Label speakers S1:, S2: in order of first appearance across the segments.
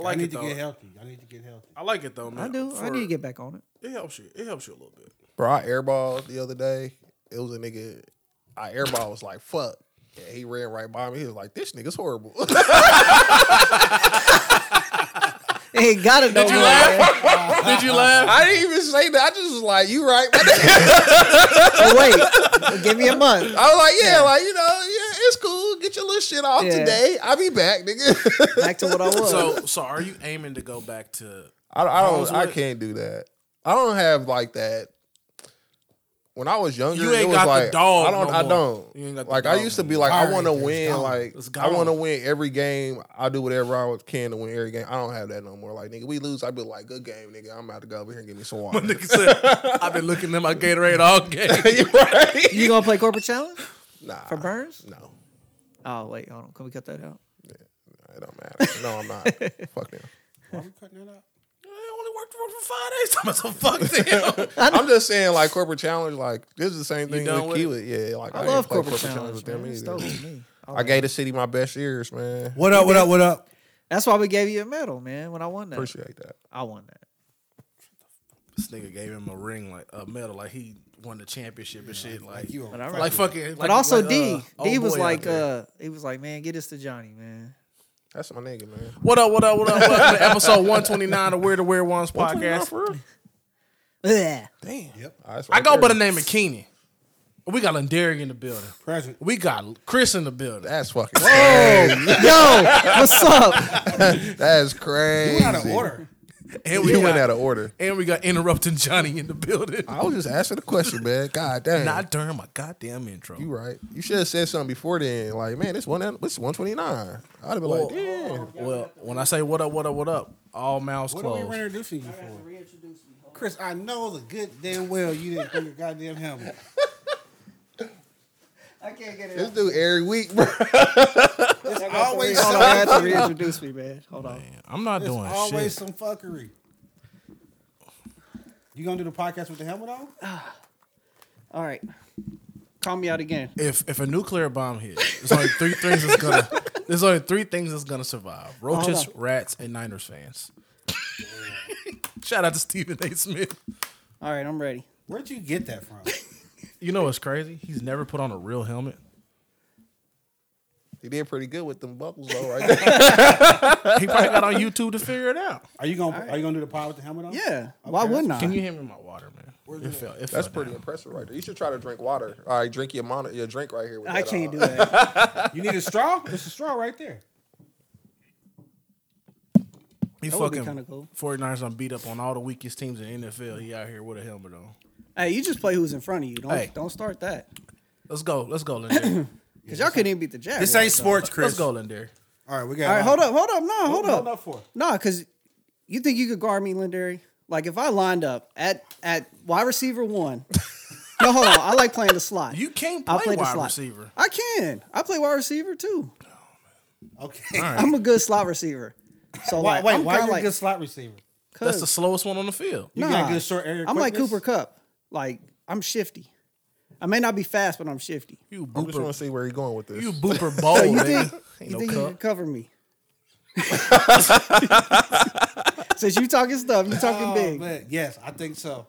S1: like
S2: I need
S1: it
S2: to
S1: though.
S2: get healthy. I need to get healthy.
S1: I like it though, man.
S3: I do. I
S1: for-
S3: need to get back on it.
S1: It helps you. It helps you a little bit.
S4: Bro, I airballed the other day. It was a nigga. I airball was like fuck. And he ran right by me. He was like, "This nigga's horrible."
S3: Ain't gotta know.
S5: Did you
S3: me,
S5: laugh? Did you laugh?
S4: I didn't even say that. I just was like, "You right?" my
S3: man.
S4: nigga."
S3: Wait, give me a month.
S4: I was like, "Yeah, like you know, yeah, it's cool. Get your little shit off
S3: Yeah.
S4: today. I'll be back, nigga."
S3: Back to what I was.
S1: So, so are you aiming to go back to?
S4: I, I
S1: was
S4: don't. I
S1: with-
S4: can't do that. I don't have like that. When I was younger,
S1: You ain't
S4: it was
S1: got the
S4: like,
S1: dog
S4: I don't.
S1: no
S4: I
S1: more.
S4: don't.
S1: You ain't got the
S4: like I
S1: dog
S4: used to
S1: no
S4: be
S1: more.
S4: like, I
S2: Fire
S4: want to
S2: everything's
S4: win.
S2: gone.
S4: Like
S1: It's
S4: I want to
S1: gone.
S4: win every game. I do whatever I can to win every game. I don't have that no more. Like nigga, we lose. I be like, good game, nigga. I'm about to go over here and get me some water.
S1: Nigga said, I've been looking at my Gatorade all game.
S4: You right?
S3: You gonna play corporate challenge
S4: Nah.
S3: for Burns?
S4: No,
S3: Oh wait, hold on. Can we cut that out?
S4: it don't matter. No, I'm not. Fuck them.
S2: Why we cutting that out?
S1: I only worked for for five days. I'm so fuck them.
S4: I'm just saying, like corporate challenge, like this is the same thing
S1: done
S4: with
S1: with
S4: Kiwi. Yeah, like I,
S3: I
S4: ain't
S3: love
S4: play
S3: corporate, challenge. man. It's
S4: either.
S3: dope to me. I
S4: I gave the city my best years, man.
S2: What up? What up? What up?
S3: That's why we gave you a medal, man. When I won that,
S4: Appreciate that.
S3: I won that.
S1: This nigga gave him a ring, like a medal, like he won the championship and shit. Like,
S2: You on
S3: But I remember-
S1: like fucking. Like,
S3: but also
S1: like,
S3: D,
S1: uh,
S3: D
S1: old
S3: was
S1: boy out
S3: like,
S1: there.
S3: uh, he was like, man, get this to Johnny, man.
S4: That's my nigga, man.
S1: "What up? What up? What up?" Welcome to episode 129 of Weird to Weird Ones podcast.
S3: Yeah.
S4: Damn.
S2: Yep.
S4: Ah, that's
S1: I
S4: right
S1: go by
S4: there.
S1: the name of Keenan. We got Lindaric in the building.
S2: present.
S1: We got Chris in the building.
S4: That's fucking. crazy.
S3: Oh, Yo, what's up?
S4: That's crazy.
S2: You out of order.
S1: And we
S4: You went
S1: got-
S4: out of order.
S1: And we got interrupting Johnny in the building.
S4: I was just asking a question, man. God damn.
S1: Not during my goddamn intro.
S4: you right. You should have said something before then. Like, man, this one, this one twenty nine. I'd have been
S1: well,
S4: like, damn.
S1: Oh, well, when I say what up, what up, what up, all mouths
S2: What are
S1: closed.
S2: we introducing you for? Chris, I know the good damn well you didn't bring your goddamn helmet.
S3: I can't get
S4: This dude every week, bro.
S2: always
S3: Hold on, I had to reintroduce me, man. Hold on.
S1: I'm not
S2: It's
S1: doing
S2: always
S1: shit.
S2: some fuckery. You gonna do the podcast with the helmet on?
S3: All right, call me out again.
S1: If if a nuclear bomb hits, there's only three things that's gonna. There's only three things that's gonna survive: roaches, rats, and Niners fans. Shout out to Stephen A. Smith.
S3: All right, I'm ready.
S2: Where'd you get that from?
S1: You know what's crazy? He's never put on a real helmet.
S4: He did pretty good with them buckles though, right there.
S1: He probably got on YouTube to figure it out.
S2: Are you gonna Are you gonna do the pod with the helmet on?
S3: Yeah, why wouldn't I?
S1: Can you hand me my water, man? It fell. It
S4: That's
S1: fell
S4: pretty
S1: down.
S4: impressive, right there. You should try to drink water. All right, drink your mono, your drink right here. With
S3: I
S4: that uh,
S3: can't
S4: on.
S3: do that.
S2: You need a straw. It's a straw right there.
S1: He
S3: That would be
S1: fucking
S3: kinda cool.
S1: 49ers done beat up on all the weakest teams in the NFL. He out here with a helmet on.
S3: hey, you just play who's in front of you. Don't
S1: Hey.
S3: don't start that
S1: Let's go. Let's go, Lindari.
S3: because y'all couldn't even beat the Jaguars.
S2: sports,
S1: Let's go, Lindari.
S2: All right, we got.
S3: All right, hold up, hold up, no,
S2: What
S3: hold
S2: we holding
S3: up,
S2: up for?
S3: no, because you think you could guard me, Lindary? Like if I lined up at at wide receiver one. no, hold on. I like playing the slot.
S1: You can't
S3: I'll
S1: play
S3: the
S1: wide
S3: slot.
S1: receiver.
S3: I can. I play wide receiver too.
S2: Okay.
S3: I'm a good slot receiver. So
S2: Why,
S3: like,
S2: wait,
S3: I'm
S2: why
S3: kinda
S2: you
S3: like,
S2: a good slot receiver?
S1: That's the slowest one on the field.
S2: You
S3: Nah.
S2: got good short area.
S3: I'm like
S2: quickness?
S3: Cooper Cup. Like I'm shifty. I may not be fast, but I'm shifty.
S1: You
S4: I'm just want
S1: booper.
S4: to see where he going with this.
S1: You booper bowl,
S3: you
S1: man.
S3: think
S1: Ain't
S3: you
S1: no
S3: think you
S1: cup.
S3: can cover me? Since you talking stuff, you talking
S2: Oh,
S3: big.
S2: man, Yes, I think so.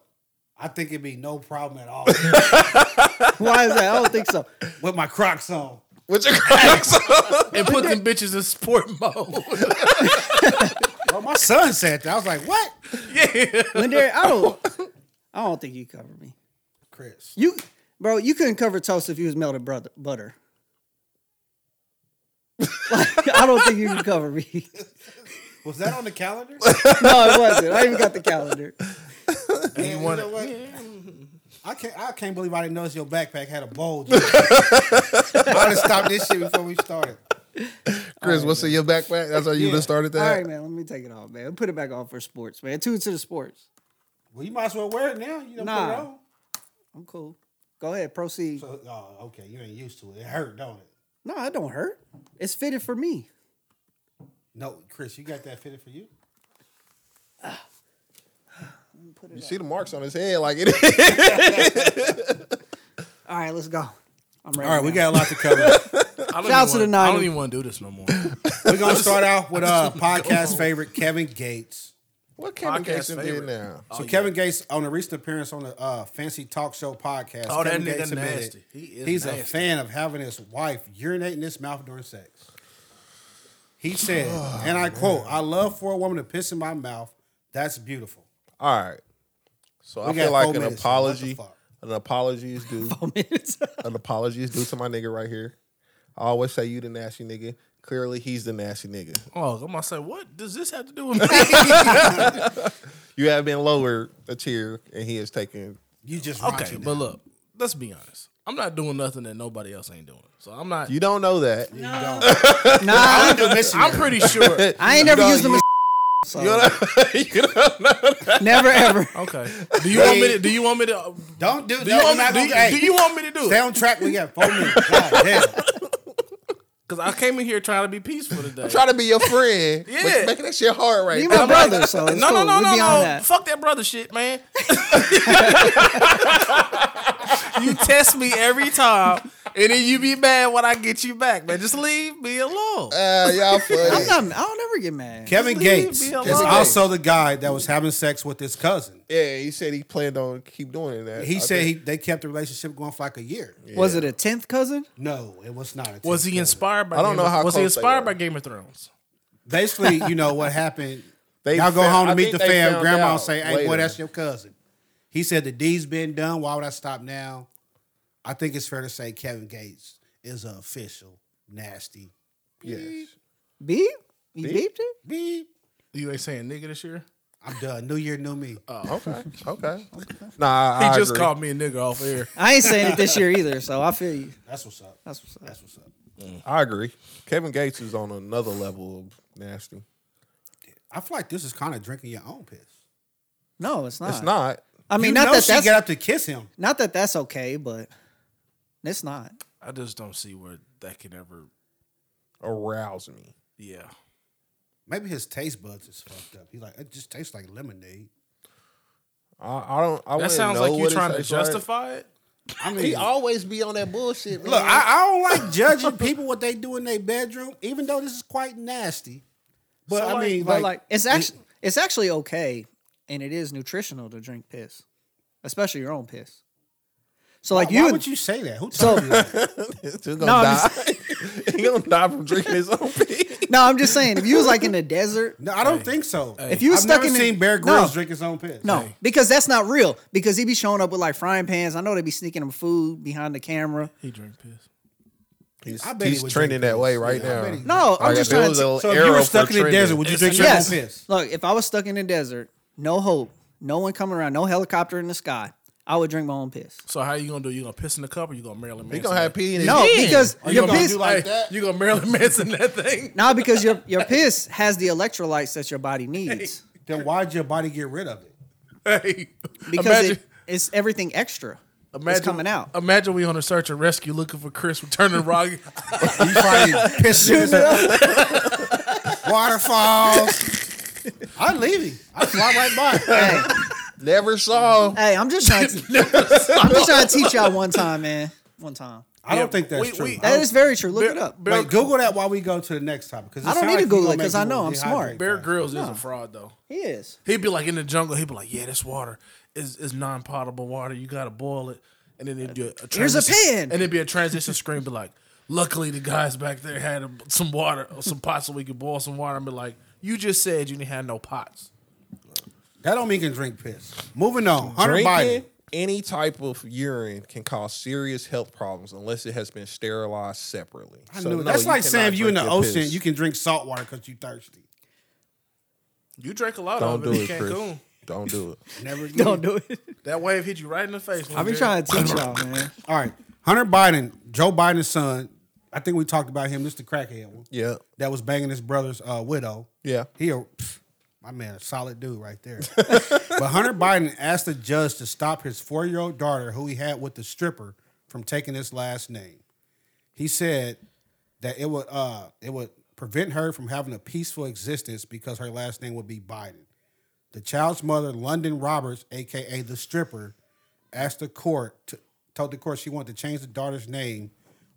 S2: I think it'd be no problem at all
S3: Why is that? I don't think so.
S2: with my Crocs on.
S4: With your cracks
S1: And put them bitches in sport mode.
S2: Well, my son said that. I was like, what?
S3: Lindari, I don't I don't think you cover me.
S2: Chris,
S3: You bro, you couldn't cover toast if you was melted brother, butter. Like, I don't think you can cover me.
S2: was that on the calendar?
S3: No, it wasn't. I even got the calendar.
S2: Man, you
S1: wanna-
S2: know what? I can't. I can't believe I didn't notice your backpack had a bulge. I would have stopped this shit before we started.
S4: Chris, what's in your backpack? That's how you
S2: Yeah.
S4: just started
S3: All
S4: that.
S3: right, man. Let me take it off, man. Put it back on for sports, man. Tune to the sports.
S2: Well, you might as well wear it now. You don't
S3: Nah.
S2: put it on.
S3: I'm cool. Go ahead, proceed.
S2: So, oh, okay. You ain't used to it. It hurt, don't it?
S3: no, it don't hurt. It's fitted for me.
S2: No, Chris, you got that fitted for you.
S4: You see the marks on his head, like it.
S3: All right, let's go. I'm ready.
S2: All right, we
S3: now.
S2: got a lot to cover.
S1: I don't even
S3: Shout out to
S1: wanna-
S3: the
S1: I
S3: Niners.
S1: don't even want to do this no more.
S2: We're gonna start out with uh podcast favorite Kevin Gates.
S4: What Kevin
S1: Podcast
S4: Gates did
S1: favorite.
S4: now?
S2: So Kevin Gates on a recent appearance on the uh, Fancy Talk Show podcast.
S1: Oh, that
S2: Kevin
S1: nigga
S2: Gates admitted
S1: nasty. He is
S2: he's a
S1: nasty.
S2: fan of having his wife urinate in his mouth during sex. He said,
S1: Oh,
S2: and I quote, "I love for a woman to piss in my mouth. That's beautiful."
S4: All right. So I
S2: We
S4: feel
S2: got
S4: like
S2: four
S4: an
S2: minutes, so what the
S4: apology.
S2: fuck?
S4: An apology is due.
S3: minutes.
S4: an apology is due to my nigga right here. I always say you the nasty nigga. Clearly he's the nasty nigga.
S1: Oh, I'm gonna say, what does this have to do with me?
S4: You have been lowered a tier, and he has taken.
S2: You just
S1: okay,
S2: raunchy now.
S1: but look, let's be honest. I'm not doing nothing that nobody else ain't doing. So I'm not.
S4: You don't know that.
S3: Nah, I,
S1: I'm pretty sure.
S3: I ain't never
S4: No,
S3: used them.
S4: you-
S3: as so. never ever.
S1: Okay. Do you want me to? Do you want me to?
S2: Don't do,
S1: Do you,
S2: no, I'm
S1: want me,
S2: not
S1: do,
S2: gonna,
S1: you,
S2: hey,
S1: do you want me to do
S2: stay
S1: it?
S2: on track. We got four minutes. God damn.
S1: Because I came in here trying to be peaceful today.
S4: Try to be your friend. yeah.
S1: Yeah.
S4: making that shit hard right
S3: You my
S4: now.
S3: brother, so it's
S1: no, no,
S3: cool.
S1: no,
S3: we
S1: no,
S3: beyond
S1: no.
S3: that.
S1: Fuck that brother shit, man. you test me every time, and then you be mad when I get you back, man. Just leave me alone.
S4: Uh, y'all
S3: I'm
S4: funny.
S3: not. I don't ever get mad.
S1: leave
S2: Kevin
S1: me
S2: Gates is
S1: alone.
S2: also the guy that was having sex with his cousin.
S4: yeah, he said he planned on keep doing that.
S2: He
S4: I
S2: said
S4: think-
S2: he, they kept the relationship going for like a year.
S3: Was it a tenth cousin?
S2: No, it was not. a
S1: Was he
S2: Tinder.
S1: inspired by?
S4: I don't
S1: Game
S4: know
S1: of-
S4: how
S1: Was he
S4: close they
S1: inspired
S4: were.
S1: by Game of Thrones?
S2: Basically, you know what happened.
S4: They
S2: Y'all go
S4: found-
S2: home
S4: I
S2: to meet
S4: think
S2: the
S4: they
S2: fam.
S4: found
S2: Grandma
S4: out
S2: say, "Hey,
S4: later."
S2: boy, that's your cousin." He said the deed's been done. Why would I stop now? I think it's fair to say Kevin Gates is an official nasty.
S4: Yes.
S3: Beep. You beeped it.
S2: Beep.
S1: You ain't saying nigga this year.
S2: I'm done. New year, new me.
S3: Uh,
S4: Okay. Okay. Nah,
S1: He
S4: I
S1: just
S4: agree.
S1: called me a nigga off air.
S3: I ain't saying it this year either, so I feel you.
S2: That's what's up.
S3: That's what's up.
S2: That's what's up.
S4: I agree. Kevin Gates is on another level of nasty.
S2: I feel like this is kind of drinking your own piss.
S3: No, it's not.
S4: It's not.
S3: I mean,
S2: you
S3: not
S2: know
S3: that
S2: she
S3: that's
S2: get up to kiss him.
S3: not that that's okay, but it's not.
S1: I just don't see where that can ever.
S4: Arouse me.
S1: Yeah.
S2: Maybe his taste buds is fucked up. He's like, it just tastes like lemonade.
S4: I, I don't. I
S1: That
S4: wouldn't
S1: sounds
S4: know
S1: like
S4: what
S1: you
S4: it
S1: trying to
S4: tastes like.
S1: justify it.
S2: I mean,
S4: He always be on that bullshit. Man.
S2: Look, I, I don't like judging people what they do in their bedroom, even though this is quite nasty. But
S1: So,
S2: I
S1: like-
S2: mean,
S3: But
S2: like,
S3: like it's actually it's actually okay, and it is nutritional to drink piss, especially your own piss. So like
S2: why
S3: you,
S2: would you say that? Who told
S3: so
S2: you that?
S4: He's gonna
S3: No,
S4: die.
S3: I'm
S4: He's gonna die from drinking his own pee.
S3: no, I'm just saying if you was like in the desert,
S2: No, I don't think so.
S3: If you
S2: I've
S3: stuck
S2: never
S3: in the-
S2: seen Bear
S3: No.
S2: Grylls drink his own piss.
S3: no, because that's not real. Because he be showing up with like frying pans. I know they be sneaking him food behind the camera.
S1: He drink piss.
S4: He's,
S2: I bet he
S4: he's
S2: would
S4: trending
S2: drink
S4: that way
S2: this.
S4: right
S2: Yeah, I bet
S4: now.
S2: he-
S3: No, I'm
S4: Like,
S3: just
S4: if it
S3: trying
S4: was
S3: to.
S4: a little
S2: So if you
S4: arrow
S2: were
S4: for
S2: stuck in the
S4: trending.
S2: desert, would you
S1: It's
S2: drink
S1: a
S2: your
S3: Yes.
S2: own piss?
S3: Look, if I was stuck in the desert, no hope, no one coming around, no helicopter in the sky, I would drink my own piss.
S1: So how you gonna do? You gonna piss in the cup or you gonna Marilyn Manson?
S4: He gonna
S1: that?
S4: have pee in his
S3: No, because
S1: Are you
S3: your
S1: gonna
S3: piss.
S1: do
S2: like
S1: hey,
S2: that?
S1: You gonna Marilyn Manson that thing?
S3: Now because your your piss has the electrolytes that your body needs.
S2: Then why'd your body get rid of it?
S1: Hey,
S3: Because it, it's everything extra. it's coming out.
S1: Imagine we on a search and rescue looking for Chris returning Rocky.
S2: You probably pissed yourself. Waterfalls. I'm leaving. I fly right by.
S3: hey,
S4: Never saw.
S3: hey, I'm just trying to I'm just trying to teach y'all one time, man. One time.
S2: I don't think
S1: we-
S2: that's true.
S1: we-
S3: That is very true. Look it up.
S1: Bear,
S2: Wait, Google that while we go to the next topic. 'cause it
S3: I don't
S2: sound
S3: need to
S2: you
S3: Google
S2: gonna
S3: it
S2: make
S3: 'cause I
S2: people
S3: know I'm
S2: dehydrate
S3: smart.
S1: Bear
S2: fast.
S1: Grylls is a fraud though.
S3: He is.
S1: He'd be like in the jungle. He'd be like, "Yeah, this water is is non potable water. You gotta boil it." And then it'd do a, a
S3: Here's a
S1: transition-
S3: pan.
S1: and it'd be a transition screen. Be like, "Luckily, the guys back there had a- some water, or some pots, so we could boil some water." And be like, "You just said you didn't have no pots."
S2: That don't mean you can drink piss. Moving on. Hunter Biden.
S4: Drinking any type of urine can cause serious health problems unless it has been sterilized separately.
S2: I
S4: So,
S2: knew
S4: no,
S2: it. That's
S4: you
S2: like saying if
S4: cannot
S2: you in the
S4: drink your
S2: ocean,
S4: piss.
S2: you can drink salt water because you thirsty.
S1: You drink a lot
S4: don't
S1: of
S4: do
S1: it in
S4: it,
S1: Cancun.
S4: Chris. Don't do it.
S2: Never again.
S3: Don't do it.
S1: That wave hit you right in the face.
S3: I've been trying to teach y'all, man.
S2: All right. Hunter Biden, Joe Biden's son. I think we talked about him. This the crackhead one.
S4: Yeah.
S2: That was banging his brother's uh, widow.
S4: Yeah.
S2: He a pff, my man, a solid dude right there. but Hunter Biden asked the judge to stop his four-year-old daughter, who he had with the stripper, from taking his last name. He said that it would uh, it would prevent her from having a peaceful existence because her last name would be Biden. The child's mother, London Roberts, aka the stripper, asked the court to, told the court she wanted to change the daughter's name,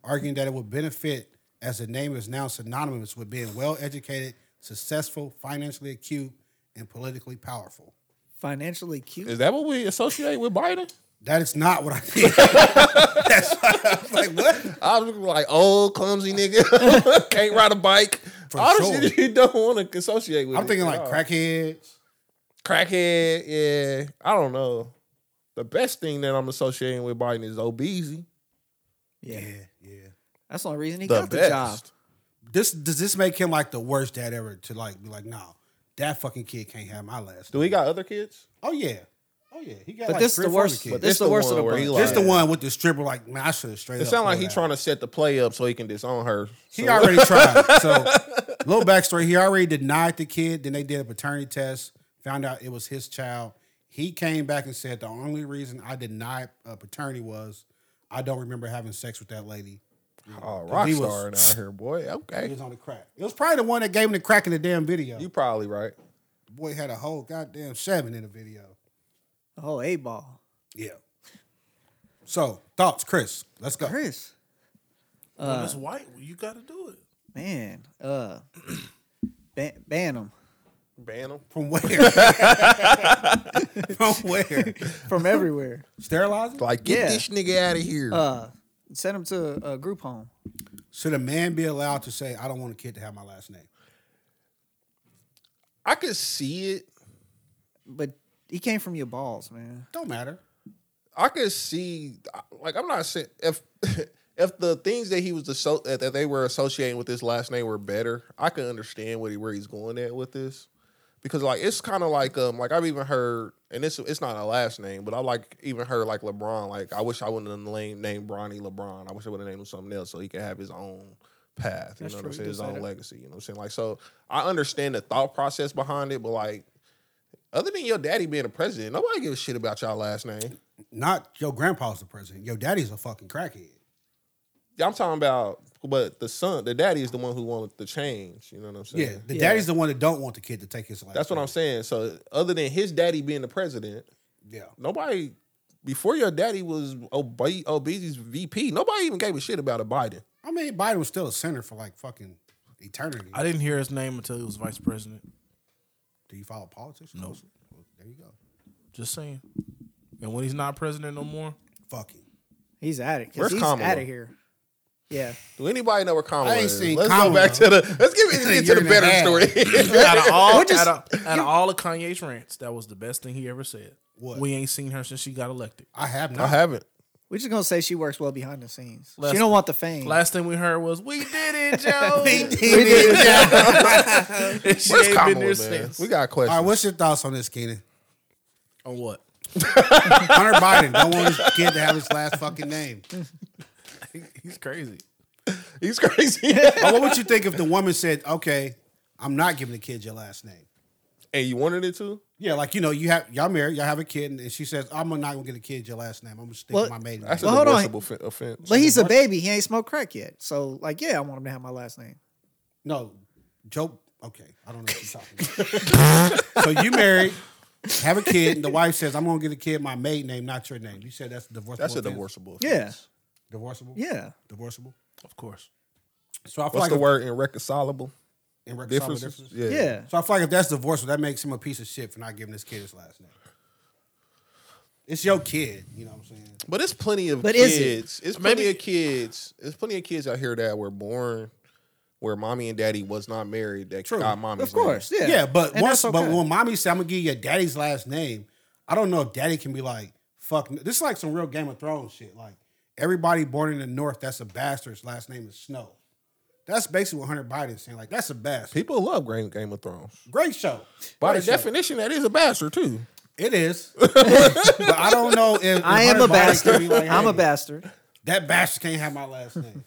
S2: arguing that it would benefit as the name is now synonymous with being well educated, successful, financially acute, and politically powerful.
S3: Financially cute.
S5: Is that what we associate with Biden?
S2: That is not what I mean.
S4: I was like, old clumsy nigga, can't ride a bike.
S2: For
S4: All the
S2: sure.
S4: shit you don't want to associate with.
S2: I'm
S4: it
S2: thinking
S4: at
S2: like
S4: all.
S2: crackheads.
S4: crackhead. Yeah, I don't know. The best thing that I'm associating with Biden is obesity.
S3: Yeah.
S2: yeah.
S3: That's the only reason he
S4: The
S3: got the job.
S4: best.
S2: This does this make him like the worst dad ever to like be like, no, that fucking kid can't have my last.
S4: Do we got other kids?
S2: Oh yeah, oh yeah. He got
S3: But
S2: like
S3: this is
S2: three
S3: the
S2: or four
S3: worst.
S2: Kids.
S3: But this is the worst of the
S4: one where he
S3: bunch.
S4: like-
S2: This the one with the stripper. Like, man, I should have straight.
S4: It
S2: up
S4: sounds like
S2: pulled
S4: he
S2: out.
S4: trying to set the play up so he can disown her.
S2: He already tried. So, little backstory: he already denied the kid. Then they did a paternity test, found out it was his child. He came back and said the only reason I denied uh, paternity was I don't remember having sex with that lady.
S4: Oh, rock
S2: He was-
S4: star out here, boy.
S2: He
S4: Okay,
S2: was on the crack. It was probably the one that gave him the crack in the damn video.
S4: you probably right.
S2: boy had a whole goddamn seven in the video.
S3: The whole A ball.
S2: Yeah. So thoughts, Chris? Let's go.
S3: Chris,
S1: When it's white, you got to do it.
S3: man, uh, ban, ban him
S4: Ban him.
S2: From where? From where?
S3: from everywhere.
S2: Sterilizing?
S4: Like get
S3: Yeah.
S4: this nigga out of here.
S3: Uh, send him to a group home.
S2: Should a man be allowed to say, "I don't want a kid to have my last name"?
S4: I could see it.
S3: But he came from your balls, man.
S2: Don't matter.
S4: I could see, like, I'm not saying if if the things that he was asso- that that they were associating with this last name were better, I could understand what he where he's going at with this, because like it's kind of like um like I've even heard and it's it's not a last name, but I like even heard like LeBron like I wish I wouldn't have named named Bronny LeBron. I wish I would have named him something else so he could have his own path. You
S3: That's
S4: know
S3: true.
S4: what I'm
S3: He
S4: saying?
S3: did
S4: His
S3: say
S4: own
S3: that.
S4: legacy. You know what I'm saying? Like so, I understand the thought process behind it, but like. Other than your daddy being a president, nobody gives a shit about your last name.
S2: Not your grandpa's the president. Your daddy's a fucking crackhead.
S4: Yeah, I'm talking about, but the son, the daddy is the one who wanted the change. You know what I'm saying?
S2: Yeah, the
S3: Yeah.
S2: daddy's the one that don't want the kid to take his last.
S4: That's what I'm saying. So, other than his daddy being the president,
S2: Yeah,
S4: nobody before your daddy was Ob- Obese's VP, nobody even gave a shit about a Biden.
S2: I mean Biden was still a senator for like fucking eternity.
S1: I didn't hear his name until he was vice president.
S2: Do you follow politics? No. Well, there you go.
S1: Just saying. And when he's not president no more,
S2: Fucking.
S3: He's at it. 'cause
S4: Where's
S3: he's
S4: Kamala?
S3: out of here. Yeah.
S4: Do anybody know where Kamala
S2: I ain't
S4: is?
S2: seen
S4: let's go
S2: Kamala.
S4: back to the let's give
S2: It's
S4: it
S2: a
S4: get to the
S2: year and a
S4: better
S2: half.
S4: story.
S1: out of all
S3: just-
S1: out, of, out of all of Kanye's rants, that was the best thing he ever said.
S2: What?
S1: We ain't seen her since she got elected.
S2: I have not.
S4: I haven't.
S3: We're just gonna say she works well behind the scenes.
S1: Last-
S3: she don't want the fame.
S1: Last thing we heard was "We did it, Joe." And she
S4: Where's
S1: ain't
S4: Kamala,
S1: been there
S4: man?
S1: since.
S4: We got
S2: All right,
S4: questions.
S2: what's your thoughts on this, Keenan?
S1: On what?
S2: Hunter Biden don't want his kid to have his last fucking name.
S1: He's crazy.
S4: He's crazy.
S2: But what would you think if the woman said, "Okay, I'm not giving the kid your last name"?
S4: and you wanted it to?
S2: Yeah, like you know, you have y'all married, y'all have a kid, and, and she says, "I'm not gonna get a kid your last name. I'm gonna stick
S3: Well,
S2: with my maiden."
S4: That's
S2: name."
S3: Well,
S4: a
S3: hold on.
S4: divorceable fe- offense.
S3: But he's a baby. He ain't smoked crack yet. So like, yeah, I want him to have my last name.
S2: No, Joe. Okay, I don't know what you're talking about. so you married, have a kid, and the wife says, "I'm gonna get a kid my maiden name, not your name." You said that's divorceable.
S4: That's a
S2: offense?
S4: divorceable. Offense.
S3: Yeah.
S2: Divorceable.
S3: Yeah.
S2: Divorceable.
S1: Of course.
S2: So I feel
S4: What's
S2: like
S4: the
S2: if-
S4: word irreconcilable?
S2: irreconcilable
S4: Differences?
S2: differences?
S3: Yeah.
S2: So I feel like if that's divorceable, that makes him a piece of shit for not giving this kid his last name. It's your kid, you know what I'm saying?
S4: But it's plenty of
S3: But is it?
S4: kids. It's plenty of kids. It's plenty of kids out here that were born where mommy and daddy was not married that
S2: True.
S4: got mommy's
S3: Of course. Yeah.
S2: Yeah, but
S3: And
S2: once,
S3: that's
S2: but
S3: okay.
S2: when mommy said, "I'm gonna give you your daddy's last name," I don't know if daddy can be like, "Fuck." n- This is like some real Game of Thrones shit. Like everybody born in the North, that's a bastard's last name is Snow. That's basically what Hunter Biden is saying. Like that's a bastard.
S4: name. People love Game, Game of Thrones.
S2: Great show.
S4: By
S2: Great
S4: the
S2: show.
S4: definition, that is a bastard too.
S2: it is. but I don't know if, if
S3: I am
S2: Hunter
S3: a
S2: Biden can
S3: bastard.
S2: be like,
S3: I'm a
S2: "Hey,
S3: bastard.
S2: That bastard can't have my last name.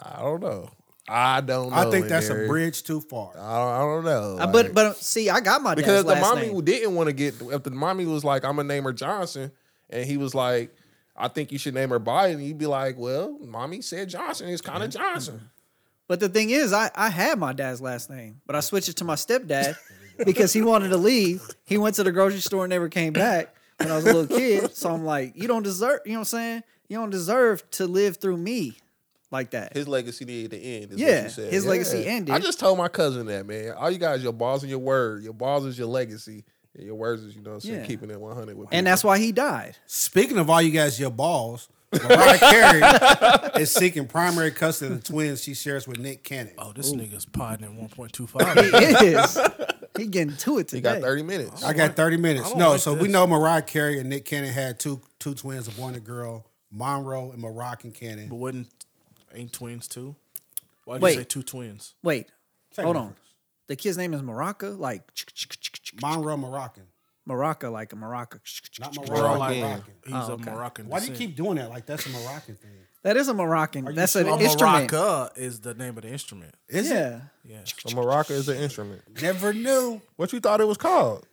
S4: I don't know. I don't. know.
S2: I think that's
S4: Larry.
S2: a bridge too far.
S4: I don't, I don't know.
S3: Uh,
S4: Like,
S3: but but uh, see, I got my
S4: because
S3: dad's
S4: the
S3: last
S4: mommy
S3: name.
S4: didn't want to get. If the mommy was like, "I'm gonna name her Johnson," and he was like, "I think you should name her Biden," you'd be like, "Well, mommy said Johnson. It's kind of Johnson."
S3: But the thing is, I, I had my dad's last name, but I switched it to my stepdad because he wanted to leave. He went to the grocery store and never came back when I was a little kid. So I'm like, you don't deserve, you know what I'm saying? You don't deserve to live through me. like that.
S4: His legacy did to end. Is what
S3: Yeah,
S4: you said.
S3: his legacy ended.
S4: I just told my cousin that man. All you guys, your balls and your word. Your balls is your legacy. And your words is you know what I'm saying,
S3: Yeah.
S4: keeping it 100 with
S3: and
S4: people.
S3: that's why he died.
S2: Speaking of all you guys, your balls, Mariah Carey is seeking primary custody of the twins she shares with Nick Cannon.
S1: Oh, this nigga's podding at one point two
S3: He
S1: five.
S3: is. He getting to it
S4: he
S3: today.
S4: got 30 minutes.
S2: I got 30
S1: I
S2: minutes.
S1: don't
S2: No,
S1: like
S2: so we
S1: this.
S2: know Mariah Carey and Nick Cannon had two two twins, a boy and a girl, Monroe and Moroccan
S1: But
S2: Cannon.
S1: wouldn't ain't twins too? Why'd
S3: Wait.
S1: you say two twins?
S3: Wait,
S2: Same
S3: hold on.
S2: difference.
S3: The kid's name is Maraca, like
S2: Monroe Moroccan,
S3: Maraca, like a Maraca.
S2: not Moroccan.
S4: Moroccan.
S2: Moroccan.
S1: He's
S3: Oh,
S1: of
S3: okay.
S1: Moroccan.
S2: Why do you
S1: descent.
S2: keep doing that? Like that's a Moroccan thing.
S3: That is a Moroccan.
S2: you
S3: That's an
S2: sure?
S1: A
S3: instrument.
S1: maraca is the name of the instrument.
S2: Is it?
S3: Yeah.
S1: Yes.
S4: A maraca is an instrument.
S2: Never knew.
S4: What you thought it was called?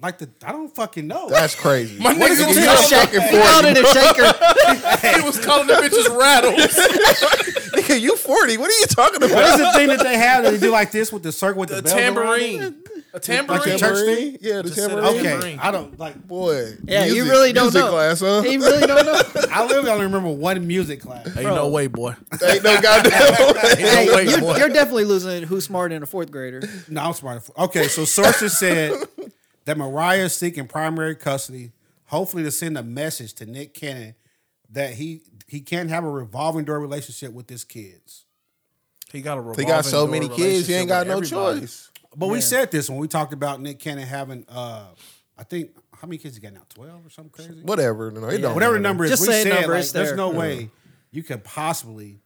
S2: Like the I don't fucking know.
S4: That's crazy.
S1: My nigga's
S4: Nigga,
S1: a
S4: you
S1: towel.
S4: shaking
S3: He called
S4: for
S3: it a shaker.
S1: he was calling the bitches rattles.
S4: Nigga, you 40. What are you talking
S2: what
S4: about?
S2: is the thing that they have that they do like this with the circle with the,
S1: A
S2: bells around it?
S1: tambourine. A tambourine.
S2: Like a church thing?
S4: Yeah, the
S1: Just said it.
S4: tambourine.
S2: Okay,
S1: Tambourine.
S2: I don't like.
S4: Boy.
S3: Yeah, you
S4: music-
S3: really don't
S4: music
S3: know.
S4: class, huh?
S3: He really don't know.
S2: I literally only remember one music class.
S1: Ain't no way, boy.
S4: Ain't no goddamn way.
S1: Ain't no
S3: Hey,
S1: way,
S3: you're,
S1: boy.
S3: you're definitely losing who's smart in a fourth grader.
S2: No, I'm smart. Okay, so sources said that Mariah is seeking primary custody, hopefully to send a message to Nick Cannon that he he can't have a revolving door relationship with his kids.
S1: He got a
S4: He
S1: revolving
S4: got so
S1: door
S4: many kids, he ain't got no
S1: relationship with everybody.
S4: choice.
S2: But we said this when we talked about Nick Cannon having uh I think how many kids he got now? Twelve or something crazy?
S4: Whatever. No, it don't
S2: Whatever the
S4: matter.
S2: number is,
S3: Just
S2: we
S3: say a
S2: said
S3: number,
S2: like,
S3: it's
S2: there's
S3: there.
S2: no way you could possibly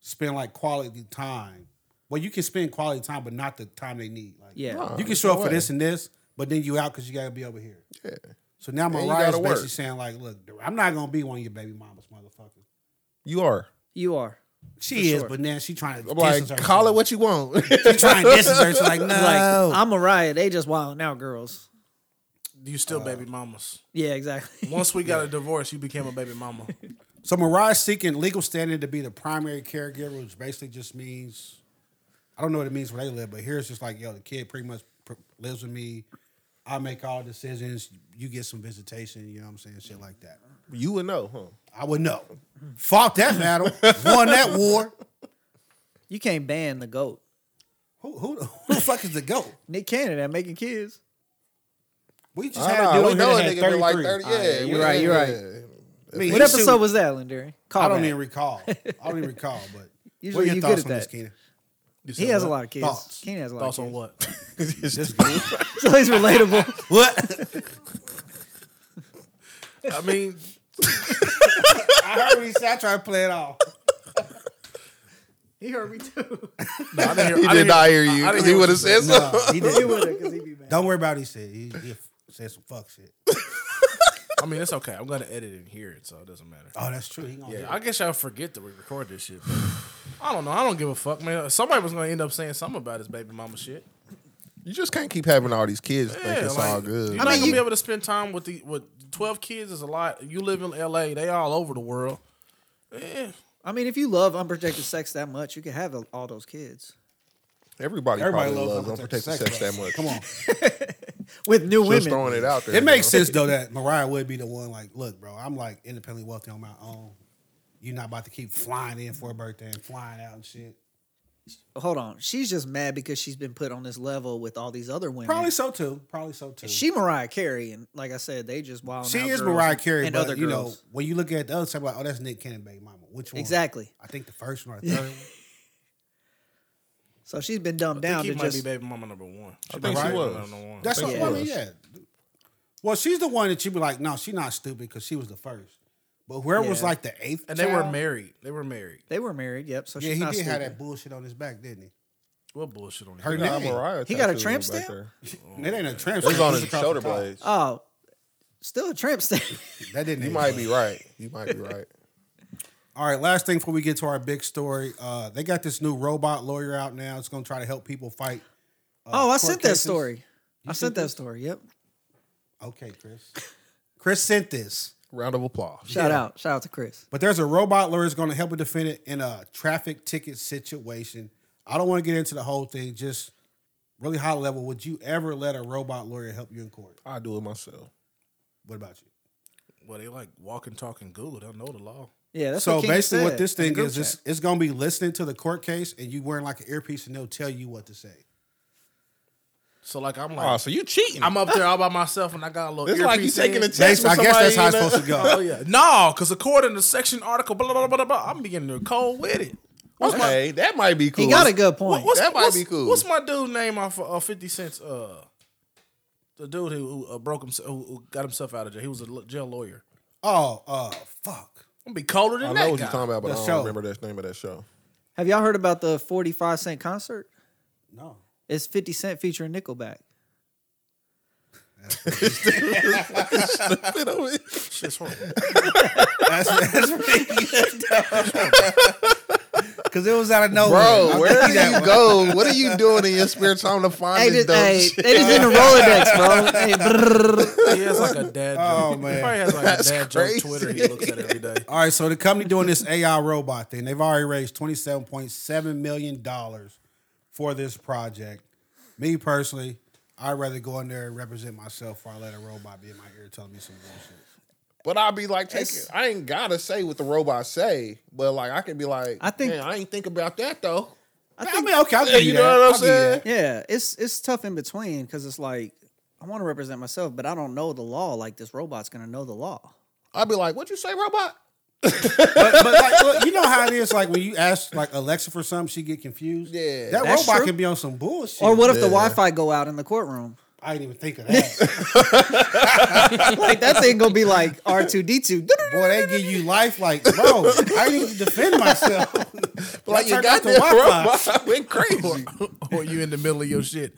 S2: spend like quality time. Well, you can spend quality time, but not the time they need. Like
S3: Yeah. Nah,
S2: you can show up for this and this, but then you out because you gotta be over here.
S4: Yeah.
S2: So now
S4: you
S2: Mariah's
S4: gotta
S2: basically
S4: work.
S2: saying like, "Look, I'm not gonna be one of your baby mamas, motherfucker."
S4: You are.
S3: You are.
S2: She is, but now she trying to
S4: I'm
S2: distance
S4: like,
S2: herself.
S4: call it what you want.
S2: She trying to distance herself. Like, no,
S3: Like, I'm Mariah. They just wilding out, girls.
S1: You still baby mamas.
S3: Yeah, exactly.
S1: Once we got a divorce, you became a baby mama.
S2: So Mariah's seeking legal standing to be the primary caregiver, which basically just means I don't know what it means where they live, but here it's just like, yo, the kid pretty much pr- lives with me. I make all decisions. You get some visitation. You know what I'm saying? Shit like that.
S4: you would know, huh?
S2: I would know. Fought that battle. Won that war.
S3: You can't ban the goat.
S2: Who, who, who the fuck is the goat?
S3: Nick Cannon at making kids.
S2: We just
S4: Nah,
S2: had a dude
S4: we
S2: on here
S4: know a
S2: that
S4: nigga
S2: had
S4: been like
S2: 33.
S4: 30. Yeah,
S2: All right,
S3: you're right, you're right.
S2: I mean,
S3: What
S2: he
S3: episode
S2: sued-
S3: was that, Lindari? Call
S2: I don't
S3: back.
S2: even recall. I don't even recall, but
S3: Usually
S2: what are your
S3: you good
S2: thoughts
S3: at
S2: on this,
S3: that.
S2: Keenan?
S3: He has a lot of kids.
S2: Thoughts.
S3: Keenan has a lot
S1: Thoughts
S3: of
S1: on
S3: kids.
S1: what?
S3: So he's relatable.
S2: What?
S1: I mean,
S2: I heard what he said. I tried to play it off.
S3: he heard me too.
S1: no, I didn't hear,
S4: He
S1: I
S4: did
S1: didn't
S4: not
S1: hear-
S4: hear you
S1: I- I didn't
S4: because he
S1: hear
S4: would have
S1: what
S4: said
S2: No,
S4: something.
S2: he didn't.
S3: because he be mad.
S2: Don't worry about what he said. He, he f- said some fuck shit.
S1: I mean, it's okay. I'm gonna edit and hear it, so it doesn't matter.
S2: Oh, that's true. He gonna
S1: Yeah,
S2: do
S1: I
S2: it.
S1: guess y'all forget that we record this shit. but I don't know. I don't give a fuck, man. Somebody was gonna end up saying something about his baby mama shit.
S4: You just can't keep having all these kids
S1: Yeah,
S4: think it's
S1: like,
S4: all good.
S1: You're
S3: mean,
S1: not gonna
S3: you-
S1: be able to spend time with the with twelve kids is a lot. You live in L.A. They all over the world. Yeah,
S3: I mean, if you love unprotected sex that much, you could have all those kids
S4: Everybody,
S2: Everybody
S4: probably
S2: loves
S4: loves
S2: unprotected
S4: unprotected
S2: sex,
S4: sex, that much.
S2: Come on.
S3: with new
S4: Just
S3: women.
S4: throwing it out there.
S2: It makes
S4: you know?
S2: sense though that Mariah would be the one. Like, look, bro, I'm like independently wealthy on my own. You're not about to keep flying in for a birthday and flying out and shit.
S3: Hold on, she's just mad because she's been put on this level with all these other women.
S2: Probably so too. Probably so too.
S3: she Mariah Carey, and like I said, they just wild.
S2: She
S3: out
S2: is
S3: girls
S2: Mariah
S3: and-
S2: Carey,
S3: and
S2: but
S3: other
S2: you know
S3: girls.
S2: when you look at the other side, like, oh, that's Nick Cannon, baby mama. Which one?
S3: exactly.
S2: I think the first one or the third one.
S3: So she's been dumbed
S1: I think
S3: down
S1: he
S3: to
S1: might
S3: just
S1: be baby mama number one. I
S4: think she was.
S2: That's what
S4: think
S2: I
S4: it
S2: mean.
S4: was.
S2: Yeah. Well, she's the one that you be like, no, she's not stupid because she was the first. But whoever was
S3: Yeah.
S2: like the eighth,
S1: and they were
S2: child-
S1: married. They were married.
S3: they were married. Yep. So
S2: Yeah,
S3: she's
S2: he
S3: not
S2: did have that
S3: stupid.
S2: bullshit on his back, didn't he?
S1: What bullshit on
S2: Her
S1: here?
S4: Nah,
S2: name.
S4: Mariah
S3: He got a
S4: tattooed
S3: tramp
S4: him back
S3: stamp?
S4: there.
S2: It ain't a tramp.
S4: Mm. It was on his
S2: across
S4: shoulder
S2: the top.
S4: blades.
S3: Oh, still a tramp stamp.
S2: That didn't.
S4: You
S2: age
S4: might
S2: well.
S4: be right. You might be right.
S2: All right. Last thing before we get to our big story, uh, they got this new robot lawyer out now. It's gonna try to help people fight.
S3: oh, I
S2: court
S3: sent that
S2: cases?
S3: story. I sent that story. Yep.
S2: Okay, Chris. Chris sent this.
S4: Round of applause.
S3: Shout out. Shout out to Chris.
S2: But there's a robot lawyer that's going to help a defendant in a traffic ticket situation. I don't want to get into the whole thing. Just really high level. Would you ever let a robot lawyer help you in court?
S4: I do it myself.
S2: What about you?
S1: Well, they like walking, talking Google. They'll know the law.
S3: Yeah, that's
S2: so
S3: what King
S2: basically, what
S3: said
S2: this
S3: in the
S2: thing
S3: group
S2: is, it's,
S3: chat.
S2: it's going to be listening to the court case, and you wearing like an earpiece, and they'll tell you what to say.
S1: So like I'm like
S5: Oh, so you cheating?
S1: I'm up there all by myself and I got a little.
S4: It's like you
S1: earpiece
S4: taking
S1: in.
S4: a test.
S2: I
S4: with
S2: guess that's how it's
S4: somebody in
S2: supposed to
S4: a-
S2: go.
S1: Oh yeah, no, because according to section article, blah blah blah blah blah, I'm beginning to cold with it.
S4: Okay, that might be cool.
S3: He got a good point.
S1: What's,
S4: That might
S1: what's-
S4: be cool.
S1: What's my dude name off of uh, Fifty Cent's? Uh, the dude who, who uh, broke himself, who, who got himself out of jail. He was a l- jail lawyer.
S2: Oh, uh, fuck.
S1: I'm gonna be colder than
S4: I
S1: that
S4: know what
S1: guy.
S4: you're talking about, but
S2: The
S4: I don't
S2: show.
S4: remember the name of that show.
S3: Have y'all heard about the 45 Cent concert?
S2: No.
S3: It's 50 Cent featuring Nickelback.
S1: Shit's horrible.
S2: That's, that's pretty good. Because it was out of nowhere.
S4: Bro,
S2: I'm
S4: where do
S2: thinking that
S4: you
S2: one.
S4: go? What are you doing in your spare time to find
S3: Hey,
S4: this
S3: just,
S4: dope
S3: hey,
S4: shit?
S3: they just in the Rolodex, bro. Hey, brrr.
S1: He has like a dad.
S2: Oh,
S1: joke.
S2: man.
S1: he probably has like
S4: That's
S1: a dad
S4: crazy.
S1: joke Twitter he looks at every day.
S2: All right, so the company doing this AI robot thing, they've already raised $27.7 million for this project. Me personally, I'd rather go in there and represent myself before I let a robot be in my ear telling me some bullshit.
S4: But I'd be like, take
S3: It's-
S4: it. I ain't gotta say what the robot say, but like I can be like,
S3: I
S4: I
S3: think-
S4: think I ain't think about that though.
S2: I, mean, okay, I'll
S4: Yeah,
S2: give you,
S4: you know
S2: that.
S4: what I'm
S2: I'll give you
S4: saying?
S2: that.
S3: yeah, it's it's tough in between because it's like I want to represent myself, but I don't know the law. Like this robot's gonna know the law.
S4: I'd be like, what you say, robot?
S2: But, but like, look, you know how it is. Like when you ask like Alexa for something, she get confused.
S4: Yeah.
S2: that
S3: That's
S2: robot
S3: true.
S2: can be on some bullshit.
S3: Or what if the
S4: Yeah.
S3: Wi-Fi go out in the courtroom?
S2: I didn't even think of that.
S3: Like that thing gonna be like R two D two.
S2: Boy, they give you life. Like, bro, I need to defend myself.
S4: Like you
S2: turned
S4: got
S2: off the
S4: that
S2: Wi-Fi.
S4: robot went crazy.
S1: or you in the middle of your shit.